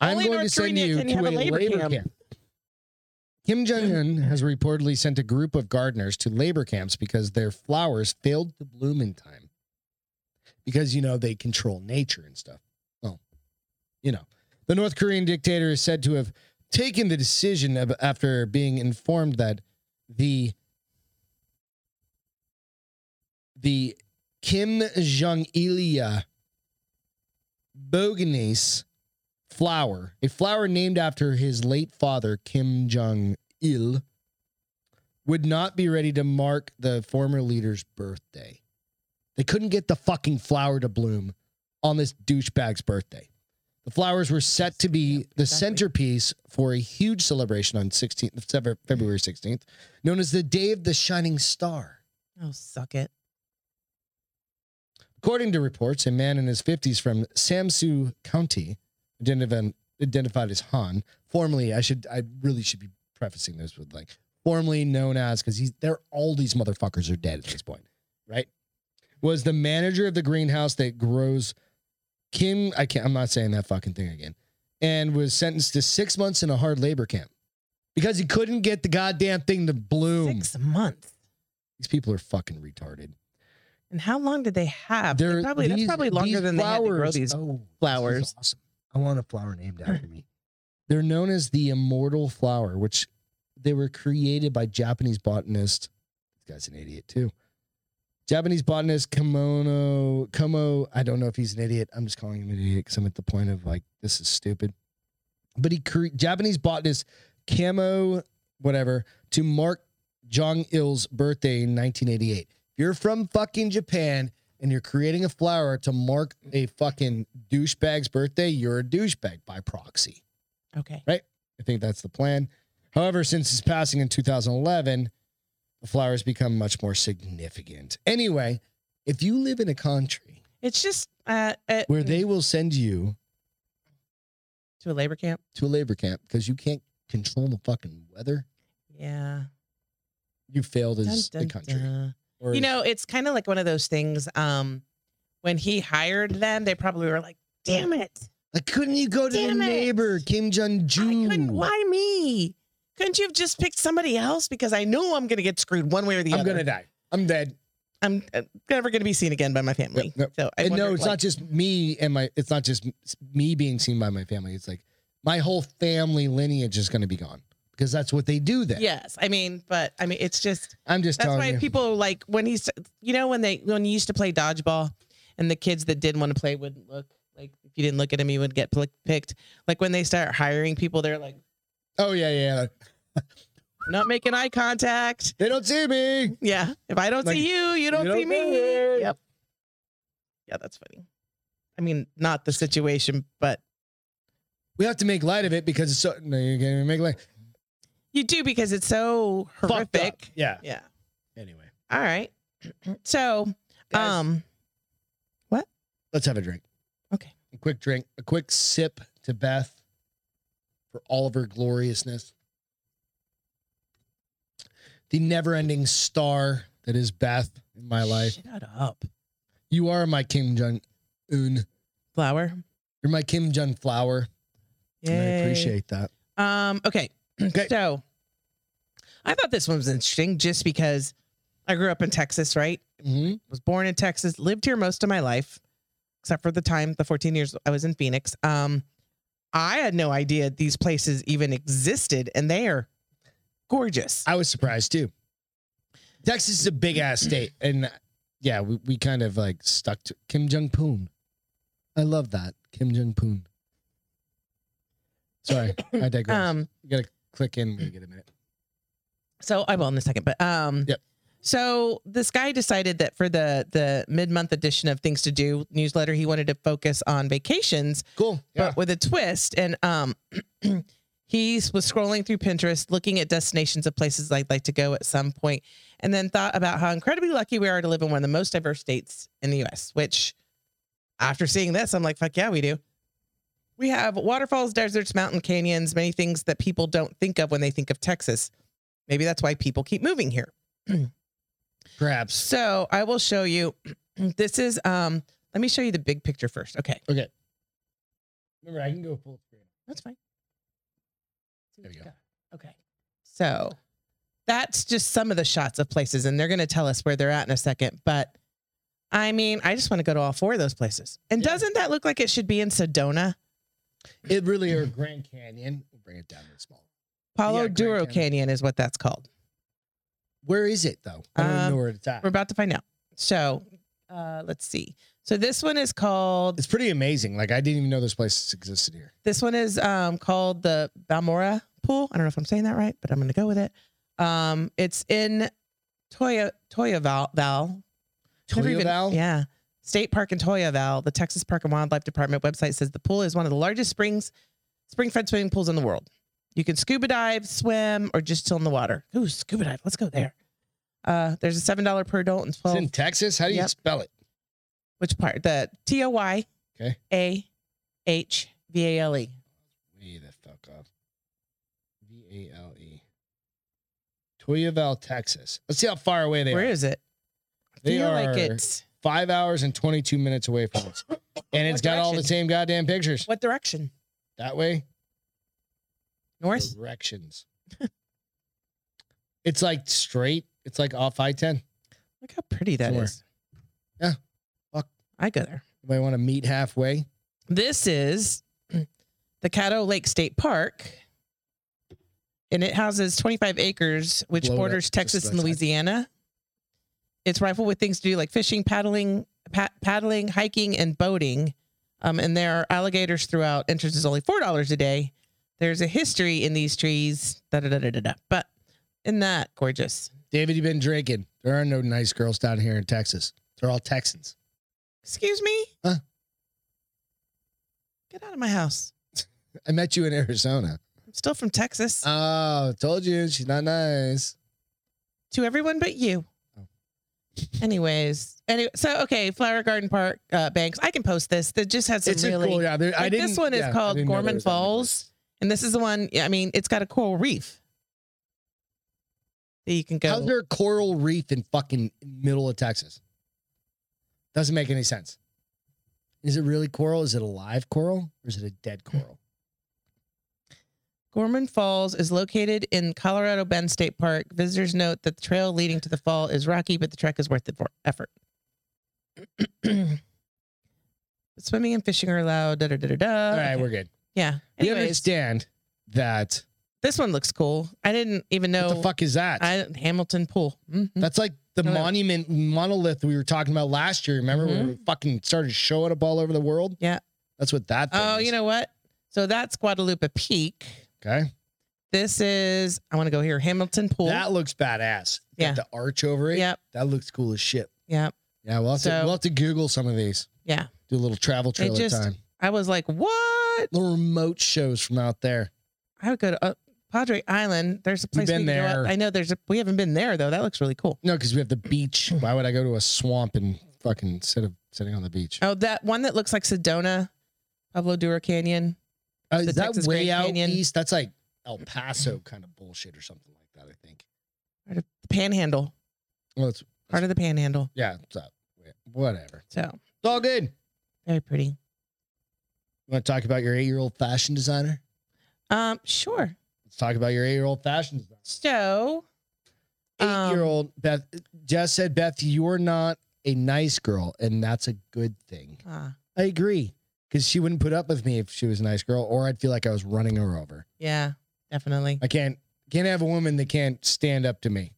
S1: "I'm
S2: Only in
S1: going to
S2: North
S1: send
S2: Korea
S1: you
S2: can
S1: to
S2: you
S1: a
S2: have a
S1: labor,
S2: labor
S1: camp."
S2: camp."
S1: Kim Jong Un has reportedly sent a group of gardeners to labor camps because their flowers failed to bloom in time. Because you know they control nature and stuff. Well, you know, the North Korean dictator is said to have taken the decision of, after being informed that the the Kim Jong Ilia Boganese flower, a flower named after his late father, Kim Jong il, would not be ready to mark the former leader's birthday. They couldn't get the fucking flower to bloom on this douchebag's birthday. The flowers were set to be
S2: Yep,
S1: the
S2: exactly.
S1: centerpiece for a huge celebration on 16th, Fev- February 16th, known as the Day of the Shining Star.
S2: Oh, suck it.
S1: According to reports, a man in his 50s from Samsu County, identif- identified as Han, formerly, I should, I really should be prefacing this with like, formerly known as, because he's, they're all these motherfuckers are dead at this point, right? Was the manager of the greenhouse that grows Kim, I can't, I'm not saying that fucking thing again, and was sentenced to six months in a hard labor camp because he couldn't get the goddamn thing to bloom.
S2: Six months.
S1: These people are fucking retarded.
S2: And how long did they have? They
S1: They're-
S2: probably, that's
S1: these-
S2: probably longer
S1: these
S2: than they had to grow
S1: flowers-
S2: these.
S1: oh, this is
S2: flowers.
S1: awesome. I want a flower named after me. They're known as the immortal flower, which they were created by Japanese botanist. This guy's an idiot too. Japanese botanist Kimono Komo. I don't know if he's an idiot. I'm just calling him an idiot because I'm at the point of like this is stupid. But he cre- Japanese botanist Kamo whatever to mark Jong Il's birthday in 1988. If you're from fucking Japan and you're creating a flower to mark a fucking douchebag's birthday, you're a douchebag by proxy.
S2: Okay.
S1: I think that's the plan. However, since his passing in 2011, the flower has become much more significant. Anyway, if you live in a country
S2: It's just uh, uh,
S1: where they will send you
S2: to a labor camp.
S1: to a labor camp because you can't control the fucking weather,
S2: Yeah.
S1: you failed as
S2: Dun, dun,
S1: a country.
S2: dun.
S1: Or
S2: You know, it's kind of like one of those things. Um, when he hired them, they probably were like, "Damn it,
S1: like, couldn't you go to the
S2: Damn it.
S1: neighbor, Kim Jong
S2: I couldn't.
S1: Jun?
S2: Why me? Couldn't you have just picked somebody else? Because I know I'm gonna get screwed one way or the
S1: I'm
S2: other.
S1: gonna die. I'm dead.
S2: I'm uh, never gonna be seen again by my family.
S1: Yep,
S2: So I
S1: and no,
S2: wondered,
S1: it's
S2: like,
S1: not just me and my. It's not just me being seen by my family. It's like my whole family lineage is going to be gone because that's what they do. Then
S2: Yes, I mean, but I mean, it's just
S1: I'm just
S2: that's
S1: telling
S2: why
S1: you.
S2: people like when he's, you know, when they when you used to play dodgeball, and the kids that didn't want to play wouldn't look like if you didn't look at him, you would get pl- picked. Like when they start hiring people, they're like
S1: oh yeah, yeah.
S2: not making eye contact.
S1: They don't see me.
S2: Yeah, if I don't
S1: Like,
S2: see you, you don't,
S1: don't
S2: see me.
S1: get it.
S2: Yep. Yeah, that's funny. I mean, not the situation, but
S1: We have to make light of it because it's so. No, you can't even make light.
S2: you do because it's so
S1: Fucked up.
S2: horrific.
S1: Yeah.
S2: Yeah.
S1: Anyway,
S2: All right. So,
S1: Guys,
S2: um,
S1: let's have a drink.
S2: Okay.
S1: A quick drink. A quick sip to Beth for all of her gloriousness. The never-ending star that is Beth in my life.
S2: Shut up,
S1: You are my Kim Jong Un.
S2: flower.
S1: You're my Kim Jong Flower. And I
S2: Yay.
S1: appreciate that.
S2: Um, okay.
S1: Okay.
S2: So I thought this one was interesting just because I grew up in Texas, right?
S1: hmm
S2: Was born in Texas, lived here most of my life, except for the time, the 14 years I was in Phoenix. Um, I had no idea these places even existed, and they are gorgeous.
S1: I was surprised too. Texas is a big ass state, and uh, yeah, we, we kind of like stuck to Kim Jong Poon. I love that Kim Jong Poon. Sorry, I digress.
S2: Um,
S1: you gotta click in when you get a minute.
S2: So I will in a second, but um,
S1: Yep.
S2: So this guy decided that for the the mid month edition of Things to Do newsletter, he wanted to focus on vacations,
S1: Cool. Yeah.
S2: but with a twist. And um, he was scrolling through Pinterest, looking at destinations of places I'd like to go at some point, and then thought about how incredibly lucky we are to live in one of the most diverse states in the U.S. Which, after seeing this, I'm like, fuck yeah, we do. We have waterfalls, deserts, mountain canyons, many things that people don't think of when they think of Texas. Maybe that's why people keep moving here.
S1: Perhaps.
S2: So I will show you. This is um. Let me show you the big picture first. Okay,
S1: Remember, I can go full screen.
S2: that's fine. See what
S1: There we
S2: you got. Okay. So that's just some of the shots of places, and they're going to tell us where they're at in a second. But I mean, I just want to go to all four of those places. And
S1: Yeah.
S2: doesn't that look like it should be in Sedona?
S1: It really or Grand Canyon. We'll bring it down to small.
S2: Palo
S1: Grand
S2: Duro
S1: Canyon.
S2: Canyon is what that's called.
S1: Where is it though? I don't even
S2: Um,
S1: know where it's at.
S2: We're about to find out. So uh, let's see. So this one is called.
S1: It's pretty amazing. Like I didn't even know this place existed here.
S2: This one is um, called the Balmora Pool. I don't know if I'm saying that right, but I'm going to go with it. Um, it's in Toya Toya Val. Val. Never even-
S1: Toyoval?
S2: Yeah. State Park in Toyaval, the Texas Park and Wildlife Department website says the pool is one of the largest springs, spring-fed swimming pools in the world. You can scuba dive, swim, or just chill in the water. Ooh, scuba dive. Let's go there. Uh, there's a seven dollar per adult and
S1: It's
S2: twelve
S1: in Texas. How do you
S2: Yep.
S1: spell it?
S2: Which part? The T O Y
S1: Okay.
S2: A H V A L E.
S1: Way the fuck up. V A L E. Toyaval, Texas. Let's see how far away they
S2: Where
S1: are.
S2: is it? I
S1: They
S2: feel
S1: are-
S2: like it's
S1: Five hours and 22 minutes away from us. And it's
S2: What
S1: got all the
S2: direction?
S1: same goddamn pictures.
S2: what direction?
S1: That way,
S2: North?
S1: directions. it's like straight. It's like off I 10.
S2: Look how pretty that is.
S1: Sure. Yeah. Fuck.
S2: I go there.
S1: You might want to meet halfway.
S2: This is the Caddo Lake State Park. And it houses 25 acres, which
S1: Blow it up
S2: borders
S1: just
S2: Texas
S1: to
S2: and
S1: the side.
S2: Louisiana. It's rifled with things to do like fishing, paddling, pa- paddling, hiking, and boating. Um, and there are alligators throughout. Entrance is only four dollars a day. There's a history in these trees. Da da da da da. da. But isn't that gorgeous?
S1: David, you've been drinking. There are no nice girls down here in Texas. They're all Texans.
S2: Excuse me.
S1: Huh?
S2: Get out of my house.
S1: I met you in Arizona.
S2: I'm still from Texas.
S1: Oh, told you she's not nice.
S2: to everyone but you.
S1: Oh.
S2: Anyways, anyway, so okay, Flower Garden Park uh, Banks. I can post this. That just has some
S1: It's
S2: really,
S1: a cool. Yeah, there, I
S2: like, this
S1: didn't.
S2: one is
S1: yeah, I
S2: called
S1: didn't know there
S2: Gorman
S1: was that many
S2: Falls.
S1: places.
S2: and this is the one. yeah, I mean, it's got a coral reef that you can
S1: How's
S2: go.
S1: there a coral reef in fucking middle of Texas? Doesn't make any sense. Is it really coral? Is it a live coral or is it a dead coral?
S2: Gorman Falls is located in Colorado Bend State Park. Visitors note that the trail leading to the fall is rocky, but the trek is worth the for- effort. Swimming and fishing are allowed. Da da da da da.
S1: All right, we're good.
S2: yeah.
S1: You
S2: Oh, Anyways,
S1: understand that?
S2: this one looks cool. I didn't even know
S1: What the fuck Mm-hmm. is that?
S2: I Hamilton Pool. Mhm.
S1: That's like the
S2: No, no.
S1: monument monolith we were talking about last year. Remember when we
S2: Mhm.
S1: fucking started showing up all over the world?
S2: Yeah.
S1: That's what that. thing
S2: Oh,
S1: is.
S2: you know what? So that's Guadalupe Peak.
S1: Okay.
S2: This is I want to go here. Hamilton Pool.
S1: That looks badass. Got
S2: Yeah.
S1: The arch over it.
S2: yep,
S1: That looks cool as shit.
S2: yep,
S1: Yeah, we'll have, to,
S2: So-
S1: we'll have to Google some of these.
S2: yeah.
S1: Do a little travel trailer
S2: just-
S1: time.
S2: I was like, what?
S1: Little remote shows from out there.
S2: I would go to uh, Padre Island. There's a place
S1: been
S2: we can Go
S1: there.
S2: up. I know there's a. We haven't been there though. That looks really cool.
S1: No, because we have the beach. Why would I go to a swamp and fucking instead of sitting on the beach?
S2: Oh, that one that looks like Sedona, Pablo Duro Canyon.
S1: Uh, is
S2: the
S1: that
S2: Texas
S1: way
S2: Grand
S1: out
S2: Canyon.
S1: east? That's like El Paso kind of bullshit or something like that. I think.
S2: The Panhandle,
S1: Well, it's
S2: part of the Panhandle.
S1: yeah, it's up. Whatever.
S2: So
S1: It's all good. You
S2: very pretty.
S1: want to talk about your eight-year-old fashion designer?
S2: Um, sure.
S1: Let's talk about your eight-year-old fashion designer.
S2: So Um,
S1: Eight-year-old Beth Jess said, "Beth, you're not a nice girl, and that's a good thing."
S2: ah,
S1: I agree. Because she wouldn't put up with me if she was a nice girl, or I'd feel like I was running her over.
S2: yeah, definitely.
S1: I can't can't have a woman that can't stand up to me.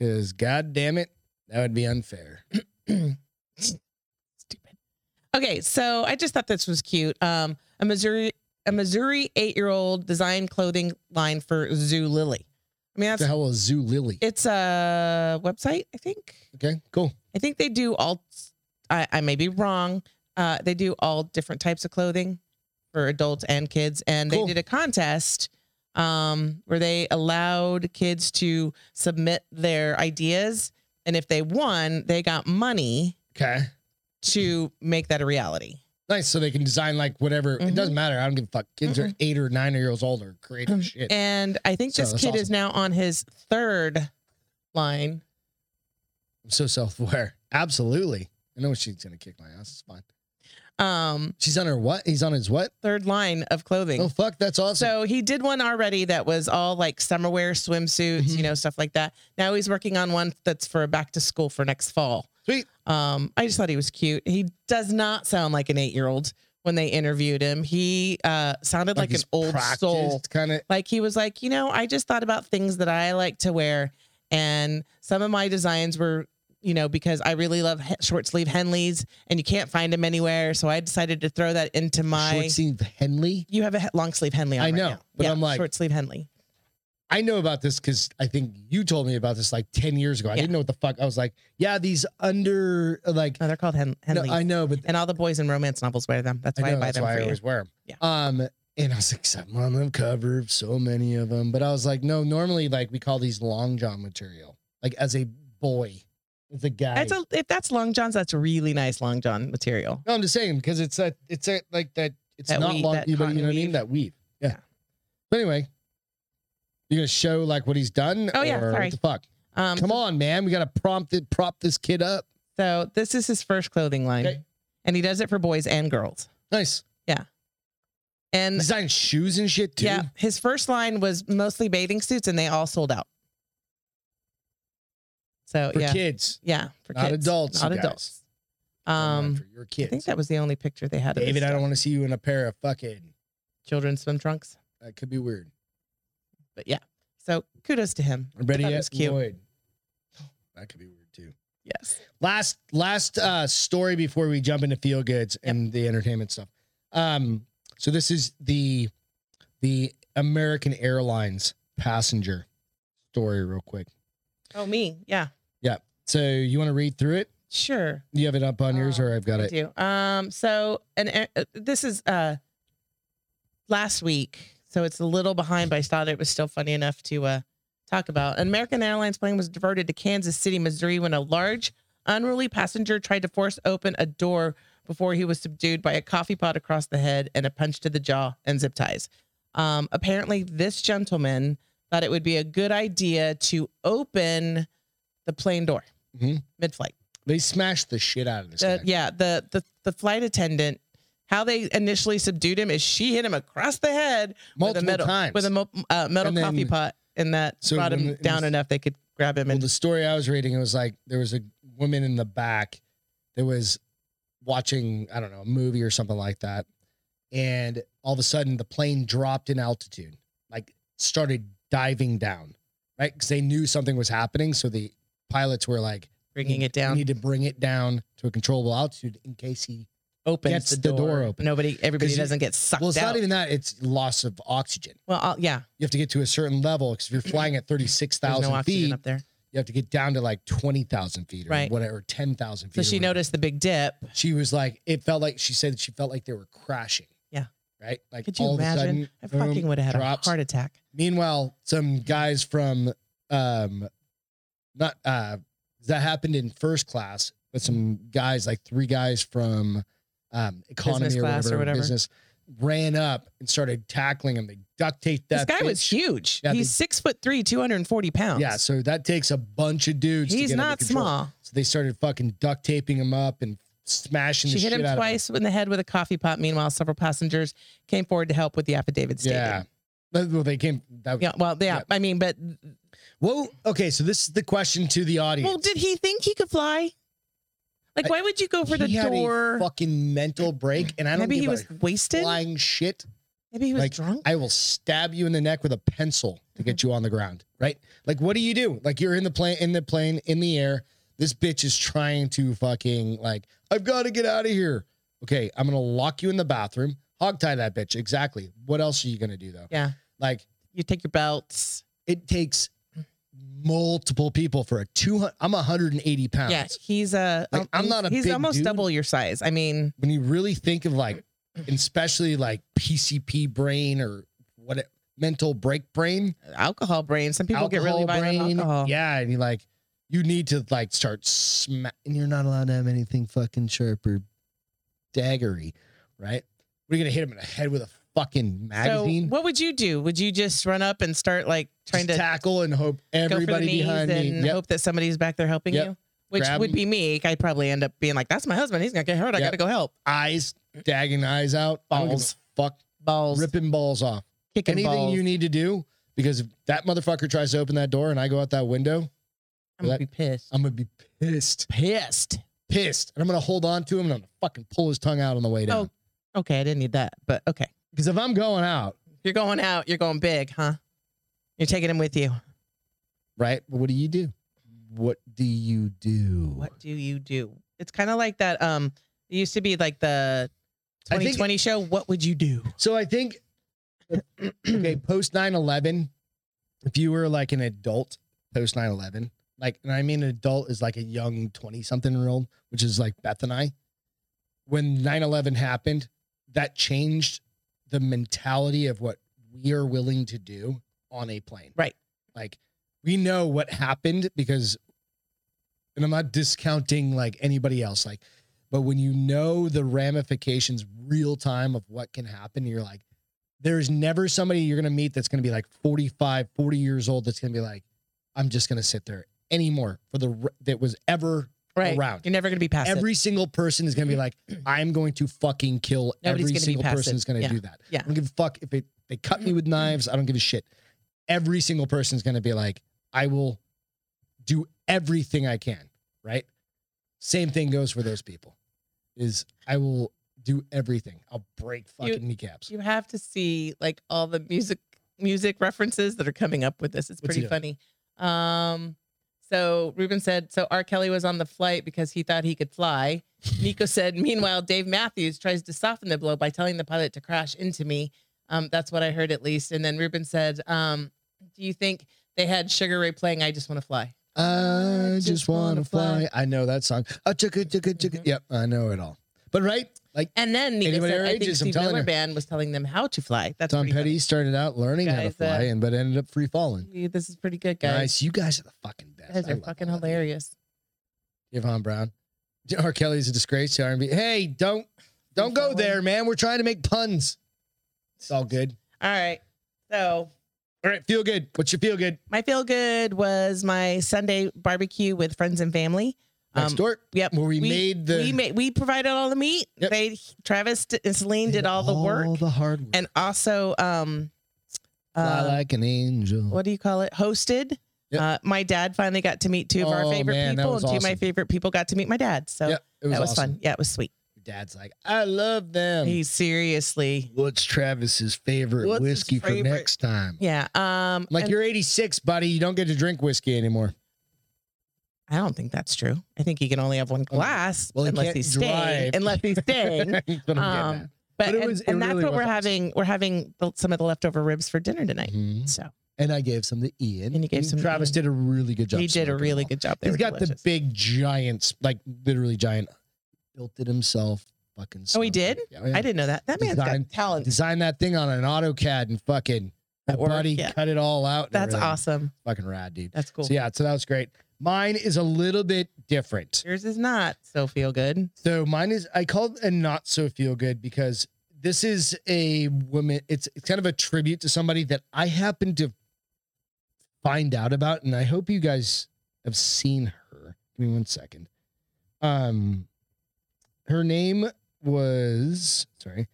S1: Cause god damn it, that would be unfair.
S2: Stupid. Okay, so I just thought this was cute. Um, a Missouri a Missouri eight year old designed clothing line for Zoo Lily. I mean,
S1: What the
S2: that's
S1: hell is Zoo Lily?
S2: it's a website. I think.
S1: Okay, cool.
S2: I think they do all. I, I may be wrong. Uh, they do all different types of clothing for adults and kids, and
S1: Cool.
S2: they did a contest um, where they allowed kids to submit their ideas, and if they won, they got money
S1: Okay.
S2: to make that a reality.
S1: Nice. So they can design like whatever. It
S2: Mhm.
S1: doesn't matter. I don't give a fuck. Kids are eight or nine years old are creative shit.
S2: Mm-hmm. And I think
S1: So
S2: this
S1: that's
S2: kid is
S1: awesome.
S2: now on his third line.
S1: I'm so self aware. Absolutely. I know she's gonna kick my ass. It's fine.
S2: Um,
S1: She's on her what? He's on his what?
S2: third line of clothing.
S1: Oh fuck, that's awesome.
S2: So he did one already that was all like summer wear, swimsuits,
S1: Mhm.
S2: you know, stuff like that. Now he's working on one that's for back to school for next fall.
S1: Sweet.
S2: Um, I just thought he was cute. He does not sound like an eight year old when they interviewed him. He uh, sounded like, an old soul.
S1: Kind of
S2: Like he was like, you know, I just thought about things that I like to wear, and some of my designs were, you know, because I really love he- short sleeve Henleys, and you can't find them anywhere, so I decided to throw that into my.
S1: short scene Henley.
S2: you have a he- long sleeve Henley. On
S1: I
S2: right
S1: know,
S2: now.
S1: but I'm like-
S2: short sleeve Henley.
S1: I know about this because I think you told me about this like 10 years ago. I
S2: Yeah. Uh,
S1: didn't know what the fuck. I was like, yeah, these under, like,
S2: No, they're called Hen-
S1: no,
S2: Henleys.
S1: I know, but
S2: and all the boys in romance novels wear them. That's
S1: I
S2: why I,
S1: know
S2: buy
S1: that's
S2: them
S1: why
S2: for
S1: I
S2: you.
S1: always wear them.
S2: Yeah.
S1: Um, and I was like, I'm on the cover of so many of them. But I was like, no, normally, like, we call these long john material, like, as a boy It's a guy.
S2: That's a if that's long johns, that's really nice long john material.
S1: no, I'm just saying because it's a it's a like that. It's
S2: That
S1: not
S2: weave,
S1: long,
S2: that
S1: but you know
S2: cotton
S1: what I mean.
S2: weave.
S1: That weave. Yeah.
S2: Yeah.
S1: But anyway, you gonna show like what he's done?
S2: Oh, yeah,
S1: or
S2: sorry.
S1: What the fuck?
S2: Um,
S1: Come on, man. We gotta prompt it, prop this kid up.
S2: So this is his first clothing line,
S1: Okay.
S2: and he does it for boys and girls.
S1: Nice.
S2: And
S1: Design shoes and shit too.
S2: yeah, his first line was mostly bathing suits, and they all sold out. So
S1: for
S2: yeah,
S1: kids.
S2: yeah, for
S1: Not
S2: kids,
S1: adults,
S2: not
S1: you guys.
S2: adults.
S1: for
S2: Um,
S1: your
S2: I think
S1: kids.
S2: that was the only picture they had.
S1: David,
S2: of
S1: I
S2: his
S1: don't want to see you in a pair of fucking.
S2: children's swim trunks,
S1: That could be weird.
S2: but yeah. So kudos to him.
S1: Or better
S2: That
S1: yet,
S2: was cute.
S1: Lloyd. That could be weird too.
S2: Yes.
S1: last last uh story before we jump into feel goods and the entertainment stuff um so this is the the american airlines passenger story real quick
S2: Oh me, yeah,
S1: so you want to read through it
S2: sure.
S1: you have it up on yours
S2: Um,
S1: or i've got
S2: I
S1: it
S2: do. Um, so and uh, this is uh last week, so it's a little behind, but I thought it was still funny enough to uh talk about. An American Airlines plane was diverted to Kansas City, Missouri, when a large unruly passenger tried to force open a door before he was subdued by a coffee pot across the head and a punch to the jaw and zip ties. Um, apparently, this gentleman thought it would be a good idea to open the plane door
S1: Mhm.
S2: mid-flight
S1: they smashed the shit out of this
S2: the,
S1: guy.
S2: yeah the, the the flight attendant how they initially subdued him is she hit him across the head
S1: multiple
S2: with a metal
S1: times
S2: with a mo- uh, metal
S1: And then-
S2: coffee pot and that
S1: So
S2: brought
S1: when
S2: him
S1: it was-
S2: down enough they could grab him
S1: well
S2: and
S1: the story i was reading it was like there was a woman in the back that was watching i don't know a movie or something like that and all of a sudden the plane dropped in altitude like started diving down right because they knew something was happening so the pilots were like
S2: bringing it
S1: we
S2: down
S1: need to bring it down to a controllable altitude in case he
S2: opens
S1: gets
S2: the
S1: the
S2: door.
S1: door open.
S2: nobody everybody
S1: you-
S2: doesn't get sucked
S1: well it's
S2: out
S1: not even that it's loss of oxygen
S2: well I'll, yeah
S1: you have to get to a certain level because if you're flying at
S2: there's
S1: 36000
S2: no oxygen
S1: feet
S2: up there
S1: you have to get down to like 20000 feet or
S2: Right.
S1: whatever 10000 feet
S2: so
S1: or
S2: she
S1: whatever.
S2: noticed the big dip
S1: she was like, it felt like she said she felt like they were crashing.
S2: Yeah.
S1: Right. Like
S2: could you
S1: all
S2: imagine i
S1: of a sudden,
S2: fucking
S1: boom,
S2: would have had
S1: drops.
S2: a heart attack
S1: Meanwhile, some guys from um, not uh, that happened in first class, but some guys like three guys from um economy
S2: Business
S1: or,
S2: class
S1: whatever,
S2: or whatever.
S1: business ran up and started tackling him. They duct taped
S2: this
S1: that.
S2: guy
S1: bitch.
S2: was huge
S1: Yeah,
S2: he's
S1: they-
S2: six foot three 240 pounds
S1: Yeah, so that takes a bunch of dudes. to
S2: he's
S1: get under
S2: not
S1: control.
S2: small
S1: So they started fucking duct taping him up and smashing
S2: She
S1: the
S2: hit
S1: shit
S2: him
S1: out of
S2: twice in the head with a coffee pot. Meanwhile, several passengers came forward to help with the affidavit stated.
S1: Yeah. But- Well, they came. That,
S2: Yeah, well, yeah,
S1: Yeah.
S2: I mean, but
S1: Well, okay, so this is the question to the audience.
S2: well, did he think he could fly? Like,
S1: I-
S2: why would you go for the
S1: he had
S2: door?
S1: a fucking mental break, and I don't
S2: Maybe he
S1: give
S2: was
S1: a
S2: wasted.
S1: flying shit.
S2: Maybe he was
S1: like,
S2: drunk.
S1: I will stab you in the neck with a pencil to
S2: Mm-hmm.
S1: get you on the ground, right? Like, what do you do? Like, you're in the plane, in the plane, in the air. This bitch is trying to fucking like, I've got to get out of here. Okay, I'm gonna lock you in the bathroom, hogtie that bitch. Exactly. What else are you gonna do though?
S2: Yeah.
S1: Like,
S2: you take your belts.
S1: it takes multiple people for a 200. I'm 180 pounds.
S2: Yeah, he's a.
S1: Like,
S2: um,
S1: I'm
S2: he's-
S1: not a
S2: He's
S1: big
S2: almost
S1: dude.
S2: double your size. I mean,
S1: when you really think of like, especially like PCP brain or what it, mental break brain,
S2: alcohol brain. Some people get really
S1: alcohol
S2: violent on alcohol.
S1: Yeah, and you like, you need to like start sma and you're not allowed to have anything fucking sharp or daggery, right? We're gonna hit him in the head with a fucking
S2: So,
S1: magazine,
S2: what would you do? Would you just run up and start like trying
S1: Just
S2: to
S1: tackle and hope
S2: go for the
S1: everybody
S2: knees
S1: behind me.
S2: and
S1: Yep.
S2: hope that somebody's back there helping
S1: Yep.
S2: you. Which
S1: Grab
S2: would
S1: him.
S2: be me. I'd probably end up being like, "That's my husband. He's gonna get hurt. I
S1: Yep.
S2: gotta go help."
S1: eyes, dagging eyes out, I don't give a
S2: Balls.
S1: fuck,
S2: Balls,
S1: ripping balls off.
S2: kicking
S1: anything
S2: balls.
S1: you need to do because if that motherfucker tries to open that door and I go out that window,
S2: I'm gonna be pissed.
S1: I'm gonna be pissed,
S2: pissed.
S1: pissed, and I'm gonna hold on to him and I'm gonna fucking pull his tongue out on the way down.
S2: Oh. Okay, I didn't need that, but okay.
S1: Because if I'm going out,
S2: You're going out. You're going big, huh? You're taking him with you.
S1: right? What do you do? What do you do?
S2: What do you do? It's kind of like that. Um, it used to be like the
S1: I think-
S2: 2020 show. What would you do?
S1: So I think okay, post 9-11, if you were like an adult post 9-11, like and I mean an adult is like a young 20 something year old, which is like Beth and I. When 9-11 happened, that changed the mentality of what we are willing to do on a plane.
S2: Right.
S1: Like we know what happened because and I'm not discounting like anybody else, like, but when you know the ramifications real time of what can happen, you're like, there's never somebody you're going to meet that's going to be like 45, 40 years old that's going to be like, I'm just going to sit there anymore for the r- that was ever
S2: right.
S1: around.
S2: You're never going to be passive.
S1: every single person is going to be like, I'm going to fucking kill
S2: Nobody's
S1: every
S2: gonna be
S1: single person
S2: passive.
S1: is going to
S2: Yeah.
S1: do that.
S2: Yeah. Mm-hmm.
S1: I don't give a fuck if it, they cut me with knives. I don't give a shit. Every single person is going to be like, I will do everything I can. Right. Same thing goes for those people is I will do everything. I'll break fucking kneecaps.
S2: you have to see like all the music music references that are coming up with this. It's
S1: What's
S2: pretty
S1: he
S2: funny. Um, so Ruben said, so R. Kelly was on the flight because he thought he could fly. Nico said, meanwhile, Dave Matthews tries to soften the blow by telling the pilot to crash into me. Um, that's what I heard at least. And then Ruben said, um, do you think they had Sugar Ray playing I Just Want to Fly?
S1: I
S2: I
S1: just,
S2: just
S1: want to
S2: wanna
S1: fly.
S2: fly.
S1: I know that song. I took it, took it, took it.
S2: Mhm.
S1: Yep. I know it all. But right. Like
S2: And then Nico
S1: Anybody
S2: said,
S1: our
S2: I think
S1: ages, I'm
S2: Steve
S1: telling
S2: Miller
S1: her.
S2: Band was telling them how to fly. That's
S1: Tom
S2: pretty
S1: Petty started out learning how to
S2: Guys, uh,
S1: fly and, but ended up free falling.
S2: funny. This is pretty good, guys.
S1: Nice. You guys are the fucking best.
S2: You guys
S1: I
S2: are
S1: love
S2: fucking
S1: all that.
S2: hilarious.
S1: Yvonne Brown. R. Kelly's a disgrace to R&B. Hey, don't don't go
S2: Fallon.
S1: there, man. We're trying to make puns. It's all good.
S2: All right. So
S1: All right, feel good. What's your feel good?
S2: my feel good was my Sunday barbecue with friends and family.
S1: Next
S2: Um,
S1: door.
S2: Yep.
S1: Where we, made the
S2: we made we provided all the meat.
S1: Yep.
S2: They Travis d- and Celine did all the work
S1: all the hard work.
S2: and also um
S1: Fly
S2: uh,
S1: like an angel.
S2: what do you call it? Hosted.
S1: Yep.
S2: Uh, my dad finally got to meet two of
S1: Oh,
S2: our favorite
S1: man, that
S2: people,
S1: was
S2: and two of my
S1: awesome.
S2: favorite people got to meet my dad. So
S1: Yep, it was,
S2: that was
S1: awesome. Um,
S2: fun. Yeah, it was sweet.
S1: Your Dad's like, I love them.
S2: he seriously,
S1: What's Travis's favorite
S2: What's his
S1: whiskey
S2: favorite?
S1: for next time?
S2: yeah. Um,
S1: I'm like
S2: and
S1: you're 86, buddy. You don't get to drink whiskey anymore.
S2: I don't think that's true. I think he can only have one
S1: Oh,
S2: glass
S1: well, he
S2: unless
S1: can't
S2: he's staying.
S1: drive.
S2: Unless he's staying.
S1: That's what I'm
S2: um
S1: getting
S2: but,
S1: But it
S2: and,
S1: was- it
S2: and that's
S1: really
S2: what
S1: was
S2: we're
S1: awesome.
S2: having we're having the, some of the leftover ribs for dinner
S1: at.
S2: tonight
S1: Mhm.
S2: so
S1: And I gave some to Ian.
S2: And you gave some to
S1: Travis did a really good job.
S2: he did a really good job They
S1: He's
S2: were
S1: got
S2: delicious.
S1: the big giants, like literally giant. Built it himself. Fucking.
S2: Oh, he
S1: smoked
S2: did?
S1: it. Yeah, yeah.
S2: i didn't know that that man's
S1: Design-
S2: got talent
S1: Designed that thing on an AutoCAD and fucking.
S2: At work,
S1: buddy
S2: yeah.
S1: cut it all out. and
S2: that's
S1: everything.
S2: awesome
S1: Fucking rad, dude.
S2: that's cool
S1: So yeah, so that was great. Mine is a little bit different.
S2: yours is not so feel good
S1: So mine is I called a not so feel good because this is a woman. It's it's kind of a tribute to somebody that I happened to find out about, and I hope you guys have seen her. Give me one second. Um, her name was sorry.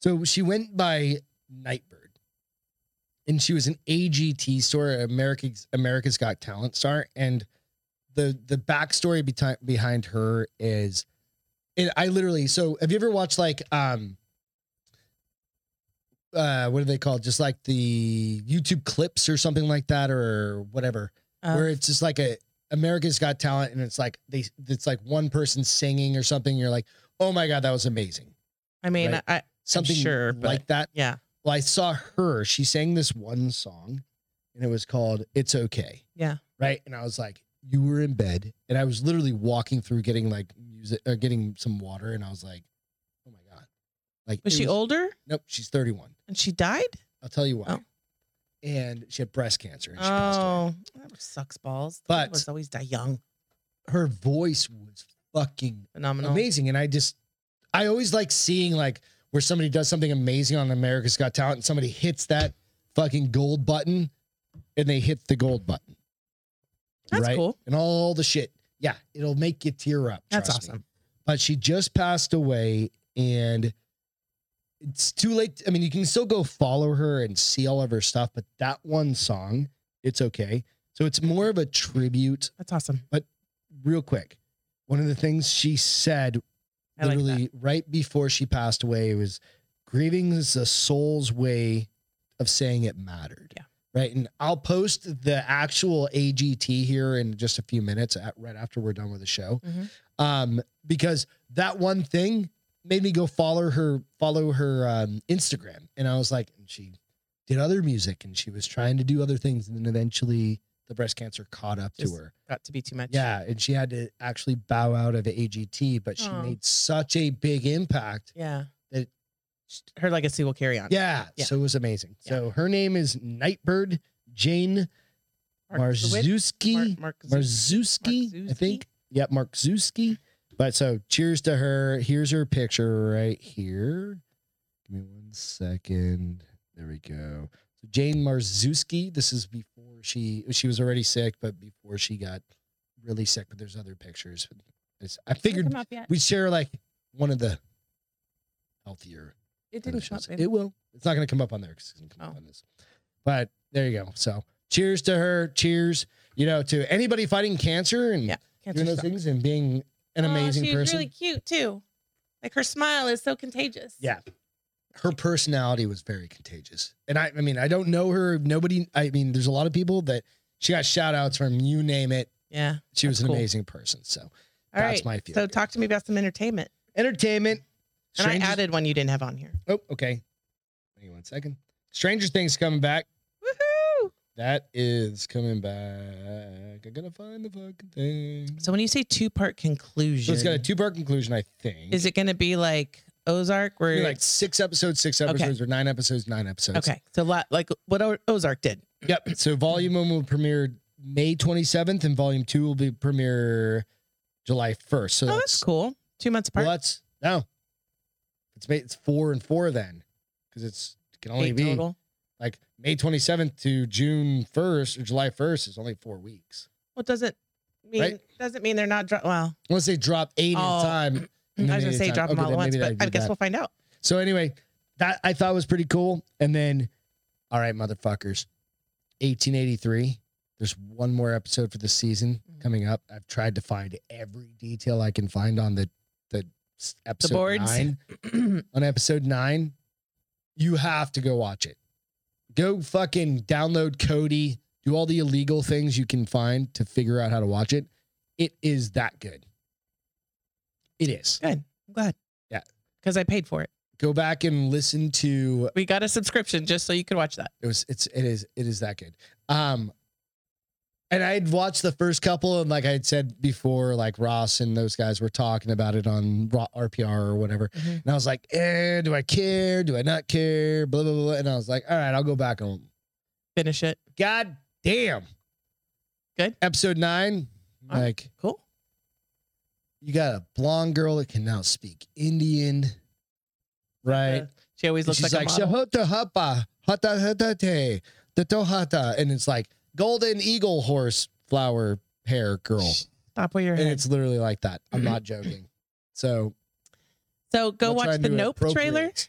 S1: So she went by Nightbird, and she was an AGT star, America's America's Got Talent star, and the the backstory behind behind her is, and I literally. So have you ever watched like um. Uh, what are they called? Just like the YouTube clips or something like that, or whatever
S2: uh,
S1: where it's just like a America's Got Talent, and it's like they it's like one person singing or something. You're like, oh my god, that was amazing.
S2: i mean
S1: right.
S2: I,
S1: Something
S2: sure, but-
S1: like that.
S2: yeah
S1: Well, I saw her. She sang this one song, and it was called "It's Okay."
S2: Yeah.
S1: Right, and I was like, you were in bed, and I was literally walking through getting like music, uh, getting some water, and I was like, oh my god, like
S2: was
S1: it
S2: she older
S1: Nope, she's 31.
S2: and she died
S1: I'll tell you why.
S2: Oh.
S1: And she had breast cancer, and she passed away.
S2: oh that sucks balls The
S1: But-
S2: ones always die young
S1: Her voice was fucking
S2: phenomenal
S1: amazing. And I just, I always like seeing like where somebody does something amazing on America's Got Talent and somebody hits that fucking gold button and they hit the gold button.
S2: that's
S1: right?
S2: cool
S1: And all the shit. Yeah. It'll make you tear up.
S2: that's
S1: trust me.
S2: awesome
S1: But she just passed away and it's too late. I mean, you can still go follow her and see all of her stuff, but that one song, it's okay. So it's more of a tribute
S2: that's awesome
S1: real quick, one of the things she said
S2: I like
S1: literally right before she passed away was grieving is the soul's way of saying it mattered.
S2: Yeah.
S1: Right. And I'll post the actual AGT here in just a few minutes at, right after we're done with the show.
S2: Mhm.
S1: Um, because that one thing made me go follow her, follow her um, Instagram. And I was like, and she did other music and she was trying to do other things. And then eventually the breast cancer caught up
S2: Just-
S1: to her.
S2: got to be too much
S1: Yeah, and she had to actually bow out of AGT, but she
S2: Aw.
S1: made such a big impact.
S2: yeah
S1: That-
S2: her legacy will carry on
S1: Yeah,
S2: Yeah.
S1: so it was amazing.
S2: Yeah.
S1: So her name is Nightbird Jane
S2: Markowitz?
S1: Marzuski.
S2: Mark, Mark,
S1: Marzuski, I
S2: Marzuski?
S1: think. Yep, Mark Zuski. But so cheers to her. Here's her picture right here. Give me one second. There we go. So Jane Marzuski. This is before she she was already sick, but before she got really sick. But there's other pictures. It's- I figured
S4: come up yet.
S1: we'd share like one of the healthier
S2: it
S1: kind
S2: didn't
S1: of
S2: show up.
S1: shows.
S2: in-
S1: It will. It's not going to come up on there because it's going to come up
S2: Oh.
S1: on this. But there you go. So cheers to her. Cheers, you know, to anybody fighting cancer and
S2: Yeah, cancer Oh,
S1: doing those
S2: sucks.
S1: things and being an amazing
S4: Aw, she was
S1: person.
S4: really cute too. Like her smile is so contagious.
S1: Yeah. her personality was very contagious. And I, I mean, I don't know her. Nobody, I mean, there's a lot of people that she got shout outs from, you name it.
S2: Yeah.
S1: She was
S2: That's
S1: an
S2: cool.
S1: amazing person. So
S2: All right.
S1: That's my feeling.
S2: So talk to me about some entertainment.
S1: entertainment.
S2: And I
S1: Strangers-
S2: added one you didn't have on here.
S1: Oh, okay. Hang on one second. Stranger Things coming back.
S2: Woohoo!
S1: That is coming back. I gotta find the fucking thing.
S2: So when you say two part
S1: So
S2: conclusion,
S1: it's got a two-part conclusion, I think.
S2: is it going to be like Ozark? Where
S1: Maybe like six episodes, six episodes, or nine episodes, nine episodes?
S2: okay, so lot, like what O- Ozark did.
S1: Yep. So volume one will premiere May 27th, and volume two will be premiere July 1st. So
S2: oh, that's cool. Two months apart.
S1: What? No. It's May, it's four and four then, because it's it can only
S2: Eight
S1: be
S2: total.
S1: like May 27th to June 1st or July 1st is only four weeks.
S2: Well, doesn't mean
S1: Right?
S2: doesn't mean they're not. Dro- well,
S1: Unless they drop eight
S2: Oh.
S1: at a time. and then eight at
S2: I was going to
S1: a
S2: say
S1: time.
S2: drop them
S1: Okay,
S2: all
S1: then
S2: at once,
S1: maybe
S2: but
S1: that'd
S2: I
S1: be
S2: guess
S1: bad.
S2: we'll find out.
S1: So anyway, that I thought was pretty cool. And then, all right, motherfuckers, 1883. There's one more episode for the season coming up. I've tried to find every detail I can find on the the s- episode
S2: boards?
S1: nine. on episode nine, you have to go watch it. Go fucking download Cody. Do all the illegal things you can find to figure out how to watch it. It is that good. It is.
S2: Good. I'm glad.
S1: Yeah.
S2: Because I paid for it.
S1: Go back and listen to
S2: We got a subscription just so you could watch that.
S1: It was it's it is it is that good. Um and I had watched the first couple and like I had said before, like Ross and those guys were talking about it on Ro- RPR or whatever.
S2: Mhm.
S1: And I was like, eh, do I care? Do I not care? Blah, blah, blah. blah. And I was like, all right, I'll go back and
S2: Finish it.
S1: God damn.
S2: Good.
S1: Episode nine,
S2: All right.
S1: like
S2: Cool.
S1: you got a blonde girl that can now speak Indian. Right.
S2: Uh, She always looks
S1: she's
S2: like,
S1: like,
S2: a model.
S1: Shahota Hapa, Hata Hata Te, the Tohata. And it's like golden eagle horse flower hair girl.
S2: Stop with your
S1: And
S2: head.
S1: it's literally like that. I'm not joking. So
S2: So go
S1: we'll try
S2: watch
S1: and
S2: the
S1: do it
S2: Nope trailer.
S1: appropriate.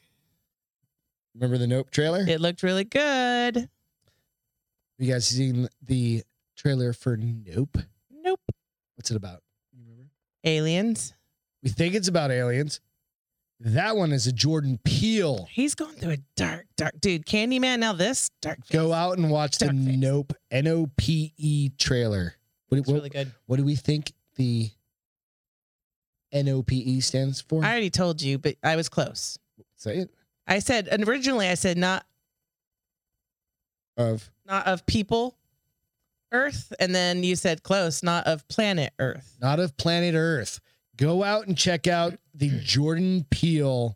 S1: Remember the Nope trailer?
S2: It looked really good.
S1: You guys seen the trailer for Nope?
S2: Nope.
S1: What's it about? You remember?
S2: Aliens.
S1: We think it's about aliens. That one is a Jordan Peele.
S2: He's going through a dark, dark dude. Candyman. Now this dark.
S1: Go out and watch the
S2: Duckface.
S1: Nope N O P E trailer. What,
S2: It's
S1: what-
S2: really good.
S1: What do we think the NOPE E stands for?
S2: I already told you, but I was close.
S1: Say it.
S2: I said and originally I said not
S1: Of
S2: not of people, Earth, and then you said close, not of planet Earth.
S1: not of planet Earth. Go out and check out the Jordan Peele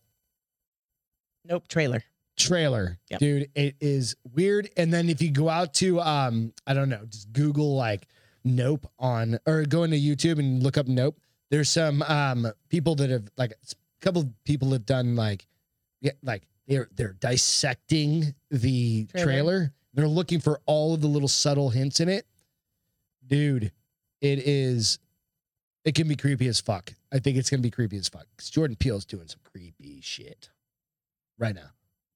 S2: Nope trailer.
S1: trailer,
S2: Yep.
S1: dude. It is weird. And then if you go out to um, I don't know, just Google like Nope on or go into YouTube and look up Nope. There's some um people that have like a couple of people have done like yeah like they're they're dissecting the
S2: Trailer.
S1: trailer. They're looking for all of the little subtle hints in it, dude. It is. It can be creepy as fuck. I think it's gonna be creepy as fuck. 'Cause Jordan Peele's doing some creepy shit right now.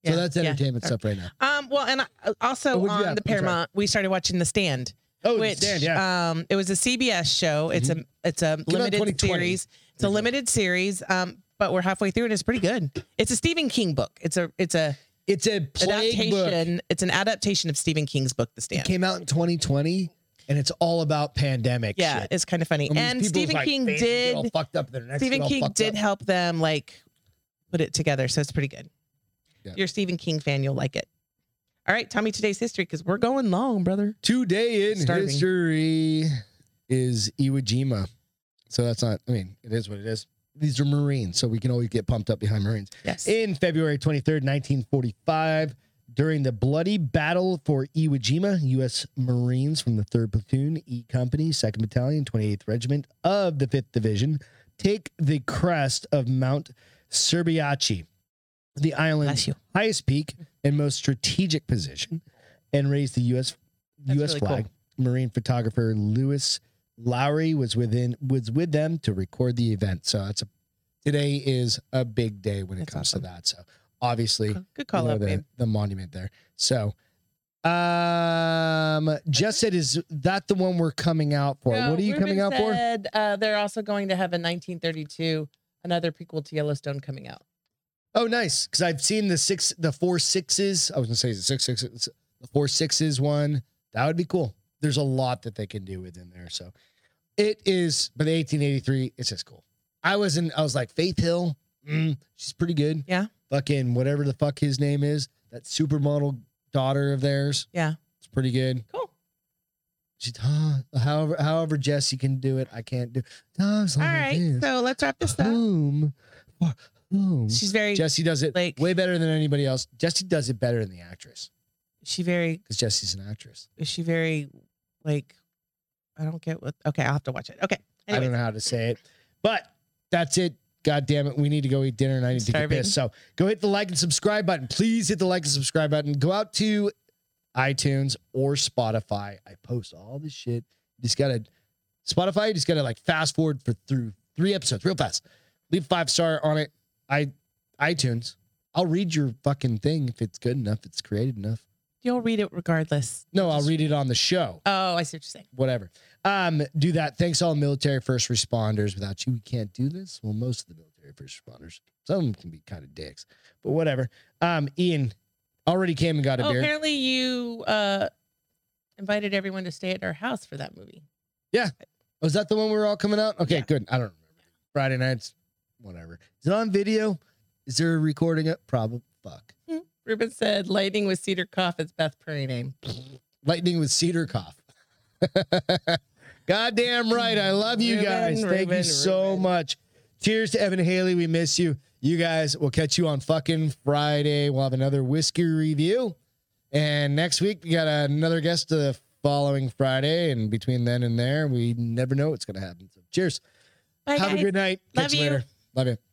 S1: So that's
S2: yeah.
S1: entertainment stuff right now.
S2: Um. Well, and I-
S1: Oh,
S2: also
S1: what'd you have?
S2: on the
S1: I'm sorry.
S2: Paramount, we started watching The Stand,
S1: Oh,
S2: which
S1: stand, yeah. Mm-hmm.
S2: um, it was a CBS show. It's a it's a
S1: out in
S2: limited
S1: 2020.
S2: series. It's a
S1: Pretty good.
S2: limited series. Um, but we're halfway through and it's pretty good. It's a Stephen King book. It's a it's a
S1: it's a plague book.
S2: adaptation. It's an adaptation of Stephen King's book, The Stand.
S1: Came out in 2020, and it's all about pandemic.
S2: Yeah,
S1: shit.
S2: it's kind of funny.
S1: I mean,
S2: And
S1: people's,
S2: Stephen
S1: like,
S2: King
S1: faces get
S2: did
S1: all fucked up. Their necks get
S2: Stephen
S1: all
S2: King
S1: fucked
S2: did
S1: up.
S2: help them like put it together, so it's pretty good.
S1: Yeah.
S2: If You're a Stephen King fan, you'll like it. All right, tell me today's history because we're going long, brother.
S1: Today in
S2: Starving.
S1: history is Iwo Jima. So that's not. I mean, it is what it is. These are Marines, so we can always get pumped up behind Marines.
S2: Yes.
S1: In February 23rd, 1945, During the bloody battle for Iwo Jima, U.S. Marines from the 3rd Platoon, E Company, 2nd Battalion, 28th Regiment of the 5th Division take the crest of Mount Serbiachi, the island's
S2: Bless you.
S1: highest peak and most strategic position, and raise the U.S.
S2: That's
S1: U.S.
S2: really
S1: flag. Marine photographer Lewis Lowry was within was with them to record the event. So that's a today is a big day when it
S2: That's
S1: comes
S2: awesome.
S1: to that. So obviously
S2: Good- Good call
S1: you know,
S2: out,
S1: the,
S2: babe.
S1: the monument there. So um Jess said is that the one we're coming out for?
S2: No,
S1: what are you
S2: Ruben
S1: coming out for?
S2: said, Uh, they're also going to have a 1932, another prequel to Yellowstone coming out.
S1: Oh nice. Cause I've seen the six the four sixes. I was gonna say the six sixes the four sixes one. That would be cool. There's a lot that they can do within there. So it is but the 1883, it's just cool. I was in I was like Faith Hill. mm, she's pretty good.
S2: Yeah.
S1: Fucking whatever the fuck his name is, that supermodel daughter of theirs.
S2: Yeah.
S1: It's pretty good.
S2: Cool.
S1: She, huh, however, however, Jess, you can do it. I can't do. Times
S2: All
S1: like
S2: right,
S1: this.
S2: so let's wrap this
S1: Oh.
S2: up.
S1: Whom, for whom?
S2: She's very,
S1: Jesse does it
S2: like-
S1: way better than anybody else. Jesse does it better than the actress
S2: she very,
S1: because Jesse's an actress.
S2: is she very, like, I don't get what. Okay, I'll have to watch it. Okay,
S1: I
S2: anyway,
S1: don't know how to say it, but that's it. God damn it. We need to go eat dinner and I need to
S2: Starving.
S1: get pissed. So go hit the like and subscribe button. Please hit the like and subscribe button. Go out to iTunes or Spotify. I post all this shit. You just gotta Spotify, you just gotta like fast forward for through three episodes real fast. Leave five star on it. I iTunes. I'll read your fucking thing if it's good enough, it's creative enough.
S2: you'll read it regardless.
S1: No, I'll read it on the show
S2: Oh, I see what you're saying.
S1: whatever. Um, do that. Thanks all military first responders. Without you, we can't do this. Well, most of the military first responders. Some of them can be kind of dicks, but whatever. Um, Ian already came and got a
S2: Oh,
S1: beer.
S2: apparently you uh, invited everyone to stay at our house for that movie.
S1: Was Oh, that the one we were all coming out? Okay,
S2: Yeah.
S1: good. I don't remember. Friday nights, whatever. Is it on video? Is there a recording? It probably. Fuck.
S2: Ruben said, "Lighting with Cedar Cough is Beth Perry name."
S1: Lightning with cedar cough. Goddamn right. I love you
S2: Ruben,
S1: guys. Thank you
S2: Ruben,
S1: so
S2: Ruben.
S1: much. Cheers to Evan Haley. We miss you. You guys, we'll catch you on fucking Friday. We'll have another whiskey review. And next week, we got another guest the following Friday. And between then and there, we never know what's going to happen. So cheers.
S2: Bye,
S1: have
S2: guys.
S1: a good night.
S2: Love
S1: catch you
S2: you.
S1: later. Love you.